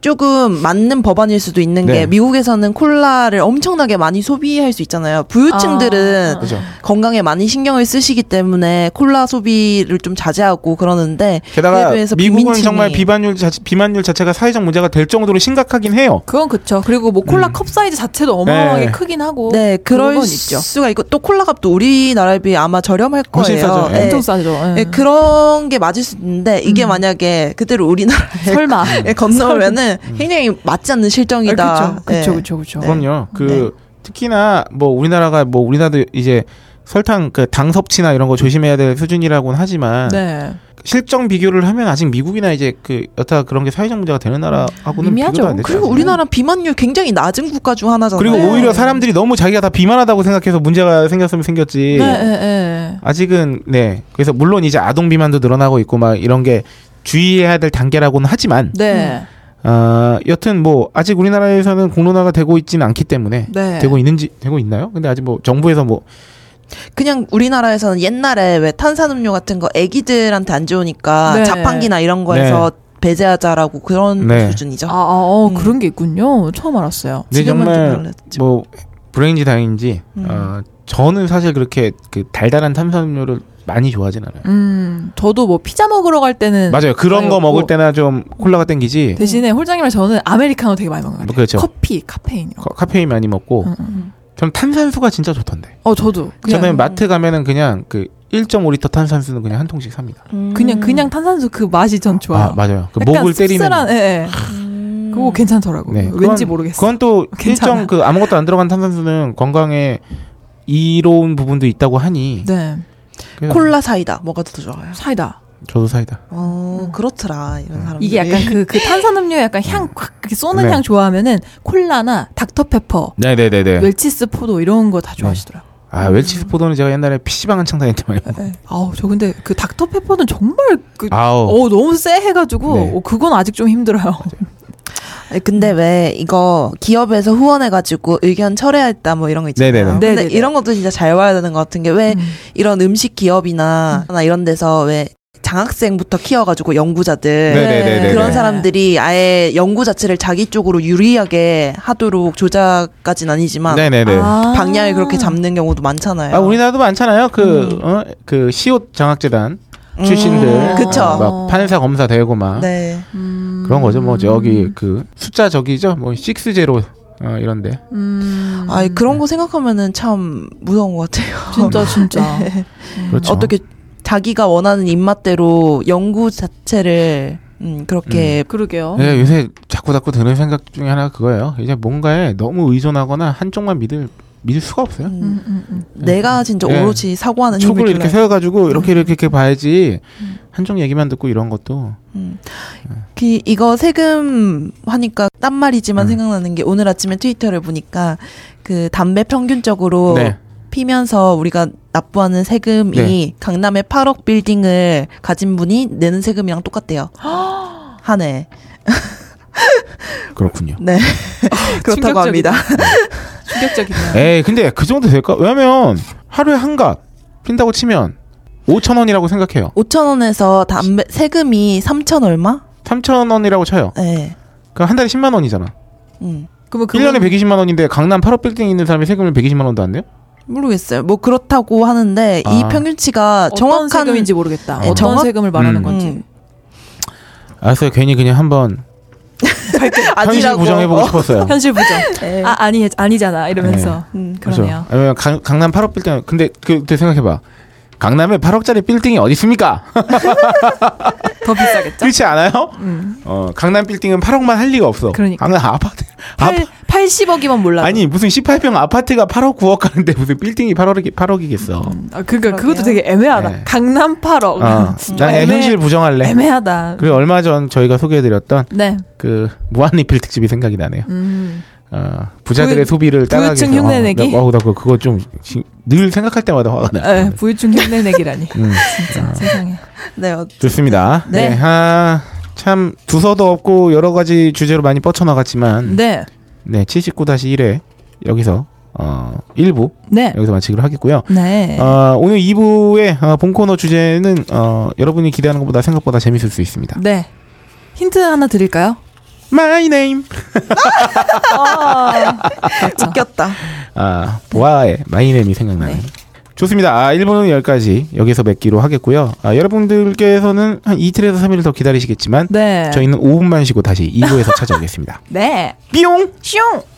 F: 조금 맞는 법안일 수도 있는
E: 네.
F: 게 미국에서는 콜라를 엄청나게 많이 소비할 수 있잖아요. 부유층들은
D: 아.
E: 그죠.
F: 건강에 많이 신경을 쓰시기 때문에 콜라 소비를 좀 자제하고 그러는데
E: 게다가
F: 그에 비해서
E: 미국은
F: 빈민층이-
E: 정말 비만율, 자체, 비만율 자체가 사회적 문제가 될 정도로 심각하긴 해요.
D: 그건 그쵸. 그리고 뭐 콜라 컵 사이즈 자체도 어마어마하게
E: 음. 네.
D: 크긴 하고.
F: 네
D: 그런
F: 그럴
D: 건 있죠.
F: 수가 있고 또 콜라 값도 우리나라에 비해 아마 저렴할
E: 훨씬
F: 거예요.
E: 싸죠.
F: 네.
D: 엄청 싸죠. 음.
F: 네,
D: 예.
F: 그런 게 맞을 수 있는데 이게 만약에 그대로 우리나라에
D: 설마.
F: 예, 건너오면은 굉장히 맞지 않는 실정이다.
D: 아, 그쵸. 그쵸,
F: 네.
D: 그쵸, 그쵸.
E: 그럼요. 그, 특히나 뭐 우리나라가 뭐 우리나라도 이제 설탕, 그 당 섭취나 이런 거 조심해야 될 수준이라고는 하지만
D: 네.
E: 실정 비교를 하면 아직 미국이나 이제 그 여타 그런 게 사회적 문제가 되는 나라하고는
D: 미미하죠.
E: 비교도 안 되죠.
F: 그리고 뭐 우리나라 비만율 굉장히 낮은 국가 중 하나잖아요. 네.
E: 그리고 오히려 사람들이 너무 자기가 다 비만하다고 생각해서 문제가 생겼으면 생겼지.
D: 네, 예, 예.
E: 아직은 네. 그래서
F: 음.
E: 물론 이제 아동 비만도 늘어나고 있고 막 이런 게 주의해야 될 단계라고는 하지만
D: 네.
E: 아, 여튼 뭐 아직 우리나라에서는 공론화가 되고 있지는 않기 때문에
D: 네.
E: 되고 있는지 되고 있나요? 근데 아직 뭐 정부에서 뭐
F: 그냥 우리나라에서는 옛날에 왜 탄산음료 같은 거 애기들한테 안 좋으니까
D: 네.
F: 자판기나 이런 거에서 배제하자라고 그런
E: 네.
F: 수준이죠.
D: 아, 아, 어,
F: 음.
D: 그런 게 있군요. 처음 알았어요.
E: 근데
F: 지금은 좀
E: 네, 정말
F: 달랐죠.
E: 뭐 불행인지 다행인지
F: 음.
E: 어, 저는 사실 그렇게 그 달달한 탄산음료를 많이 좋아하진 않아요.
D: 음, 저도 뭐 피자 먹으러 갈 때는
E: 맞아요. 그런 거
D: 아유,
E: 먹을
D: 네. 뭐.
E: 때나 좀 콜라가 땡기지
D: 대신에 홀장님이랑 저는 아메리카노 되게 많이 먹는 것 같아요.
E: 그렇죠.
D: 커피, 카페인. 이런 거.
E: 카- 카페인 많이 먹고
D: 네. 음, 음.
E: 저는 탄산수가 진짜 좋던데.
D: 어, 저도 그냥
E: 저는 마트 가면은 그냥 그 1.5리터 탄산수는 그냥 한 통씩 삽니다.
F: 음.
D: 그냥 그냥 탄산수 그 맛이 전 좋아요.
E: 아 맞아요. 그
D: 약간
E: 목을 때리는
D: 씁쓸한, 예, 예.
F: 음.
D: 그거 괜찮더라고.
E: 네,
D: 요
E: 그건-
D: 왠지 모르겠어.
E: 그건 또
D: 괜찮아.
E: 일정 그 아무것도 안 들어간 탄산수는 건강에 이로운 부분도 있다고 하니
D: 네,
E: 그래서
F: 콜라 사이다 먹어도 더 좋아요.
D: 사이다.
E: 저도 사이다.
F: 어 그렇더라 이런 사람
D: 이게 약간 그, 그 탄산음료 약간 향확 이렇게 쏘는
E: 네.
D: 향 좋아하면은 콜라나 닥터페퍼,
E: 네네네네. 네.
D: 웰치스 포도 이런 거 다 좋아하시더라. 고
E: 아 웰치스 포도는 제가 옛날에 PC방 한창 다닐 때 많이 먹.
D: 요 네. 아우 저 근데 그 닥터페퍼는 정말 그
E: 아우.
D: 어 너무 쎄 해가지고
E: 네.
D: 어, 그건 아직 좀 힘들어요.
F: 아니, 근데 왜 이거 기업에서 후원해가지고 의견 철회했다 뭐 이런 거 있잖아요.
E: 네네네.
F: 근데
D: 네네네.
F: 이런 것도 진짜 잘 봐야 되는 것 같은 게 왜
D: 음.
F: 이런 음식 기업이나 나 이런 데서 왜 장학생부터 키워가지고 연구자들
E: 네네네네.
F: 그런 사람들이 아예 연구 자체를 자기 쪽으로 유리하게 하도록 조작까진 아니지만
E: 네네네. 아,
D: 아.
F: 방향을 그렇게 잡는 경우도 많잖아요.
E: 우리나라도 많잖아요.
D: 음.
E: 그 어? 그 시옷 장학재단 출신들.
F: 음, 그쵸.
D: 어.
E: 막 판사 검사 되고 막
F: 네.
D: 음.
E: 그런 거죠. 뭐 저기 그 숫자 저기죠. 뭐 식스 제로 어, 이런데.
D: 음.
F: 아 그런 거 생각하면은 참 무서운 것 같아요. 네.
D: 진짜 진짜.
E: 그렇죠.
F: 어떻게 자기가 원하는 입맛대로 연구 자체를 음, 그렇게
D: 그러게요.
E: 네, 요새 자꾸 자꾸 드는 생각 중에 하나가 그거예요. 이제 뭔가에 너무 의존하거나 한쪽만 믿을 믿을 수가 없어요.
D: 음, 음, 음.
F: 내가 진짜
E: 예.
F: 오로지 사고하는 힘을
E: 촉을
F: 길러야
E: 이렇게 세워가지고 이렇게 이렇게 이렇게 봐야지 한쪽 얘기만 듣고 이런 것도
F: 기, 그, 이거 세금 하니까 딴 말이지만
E: 음.
F: 생각나는 게 오늘 아침에 트위터를 보니까 그 담배 평균적으로
E: 네.
F: 피면서 우리가 납부하는 세금이
E: 네.
F: 강남의 8억 빌딩을 가진 분이 내는 세금이랑 똑같대요. 한 해.
E: 그렇군요.
F: 네. 그렇다고
E: 아,
D: 충격적이다.
F: 합니다.
D: 충격적이네요.
E: 에이 근데 그 정도 될까? 왜냐면 하루에 한갑 핀다고 치면 5천 원이라고 생각해요.
F: 5천 원에서 담배 세금이 3천 얼마?
E: 3천 원이라고 쳐요. 그러니까
F: 네.
E: 그한 달에 10만 원이잖아.
F: 음.
D: 그러면 그
E: 1년에 120만 원인데 강남 8억 빌딩 있는 사람이 세금을 120만 원도 안 내요?
F: 모르겠어요. 뭐 그렇다고 하는데 이
E: 아.
F: 평균치가
D: 어떤
F: 정확한
D: 세금인지 모르겠다.
F: 네,
D: 어떤
F: 정확-
D: 세금을 말하는
E: 음.
D: 건지.
E: 알았어요. 괜히 그냥 한번
D: 뭐
E: 현실
F: 아니라고.
E: 부정해보고
F: 어.
E: 싶었어요.
D: 현실 부정.
F: 네.
D: 아 아니 아니잖아 이러면서.
F: 음.
D: 그러네요.
E: 그렇죠. 아니면 강, 강남 8억 빌딩 근데 그 그때 생각해봐. 강남에 8억짜리 빌딩이 어디 있습니까?
D: 더 비싸겠죠.
E: 그렇지 않아요?
D: 음.
E: 어 강남 빌딩은 8억만 할 리가 없어.
D: 그러니까.
E: 강남 아파트
D: 팔
E: 아파,
D: 80억이면 몰라.
E: 아니 무슨 18평 아파트가 8억 9억 가는데 무슨 빌딩이 8억이 8억이겠어.
D: 아, 그러니까
F: 그러게요.
D: 그것도 되게 애매하다.
E: 네.
D: 강남 8억.
E: 아, 난
D: 어, 애매-
E: 현실 부정할래.
D: 애매하다.
E: 그리고 얼마 전 저희가 소개해드렸던
D: 네.
E: 그 무한리필 특집이 생각이 나네요.
D: 음. 그
E: 어, 부자들의
D: 부유-
E: 소비를 따라하기
D: 부유층
E: 위해서.
D: 흉내내기?
E: 어, 나, 어, 나 그거, 그거 좀 늘 생각할 때마다 화가 나.
D: 에, 부유층 흉내내기라니.
E: 음.
D: 진짜 세상에.
F: 네. 어,
E: 좋습니다.
D: 네.
E: 아, 참 두서도 없고 여러 가지 주제로 많이 뻗쳐나갔지만
D: 네.
E: 네, 79-1회 여기서 어, 1부
D: 네.
E: 여기서 마치기로 하겠고요.
D: 네.
E: 어, 오늘 2부의 어, 본 코너 주제는 어, 여러분이 기대하는 것보다 생각보다 재밌을 수 있습니다.
D: 네. 힌트 하나 드릴까요?
E: My name
F: 웃겼다.
E: 아, 보아의 마이 네임이 생각나네요. 좋습니다. 아, 1부는 여기까지 여기서 맺기로 하겠고요. 아, 여러분들께서는 한 이틀에서 3일 더 기다리시겠지만
D: 네.
E: 저희는 5분만 쉬고 다시 2부에서 찾아오겠습니다.
D: 네.
E: 삐용!
D: 슝!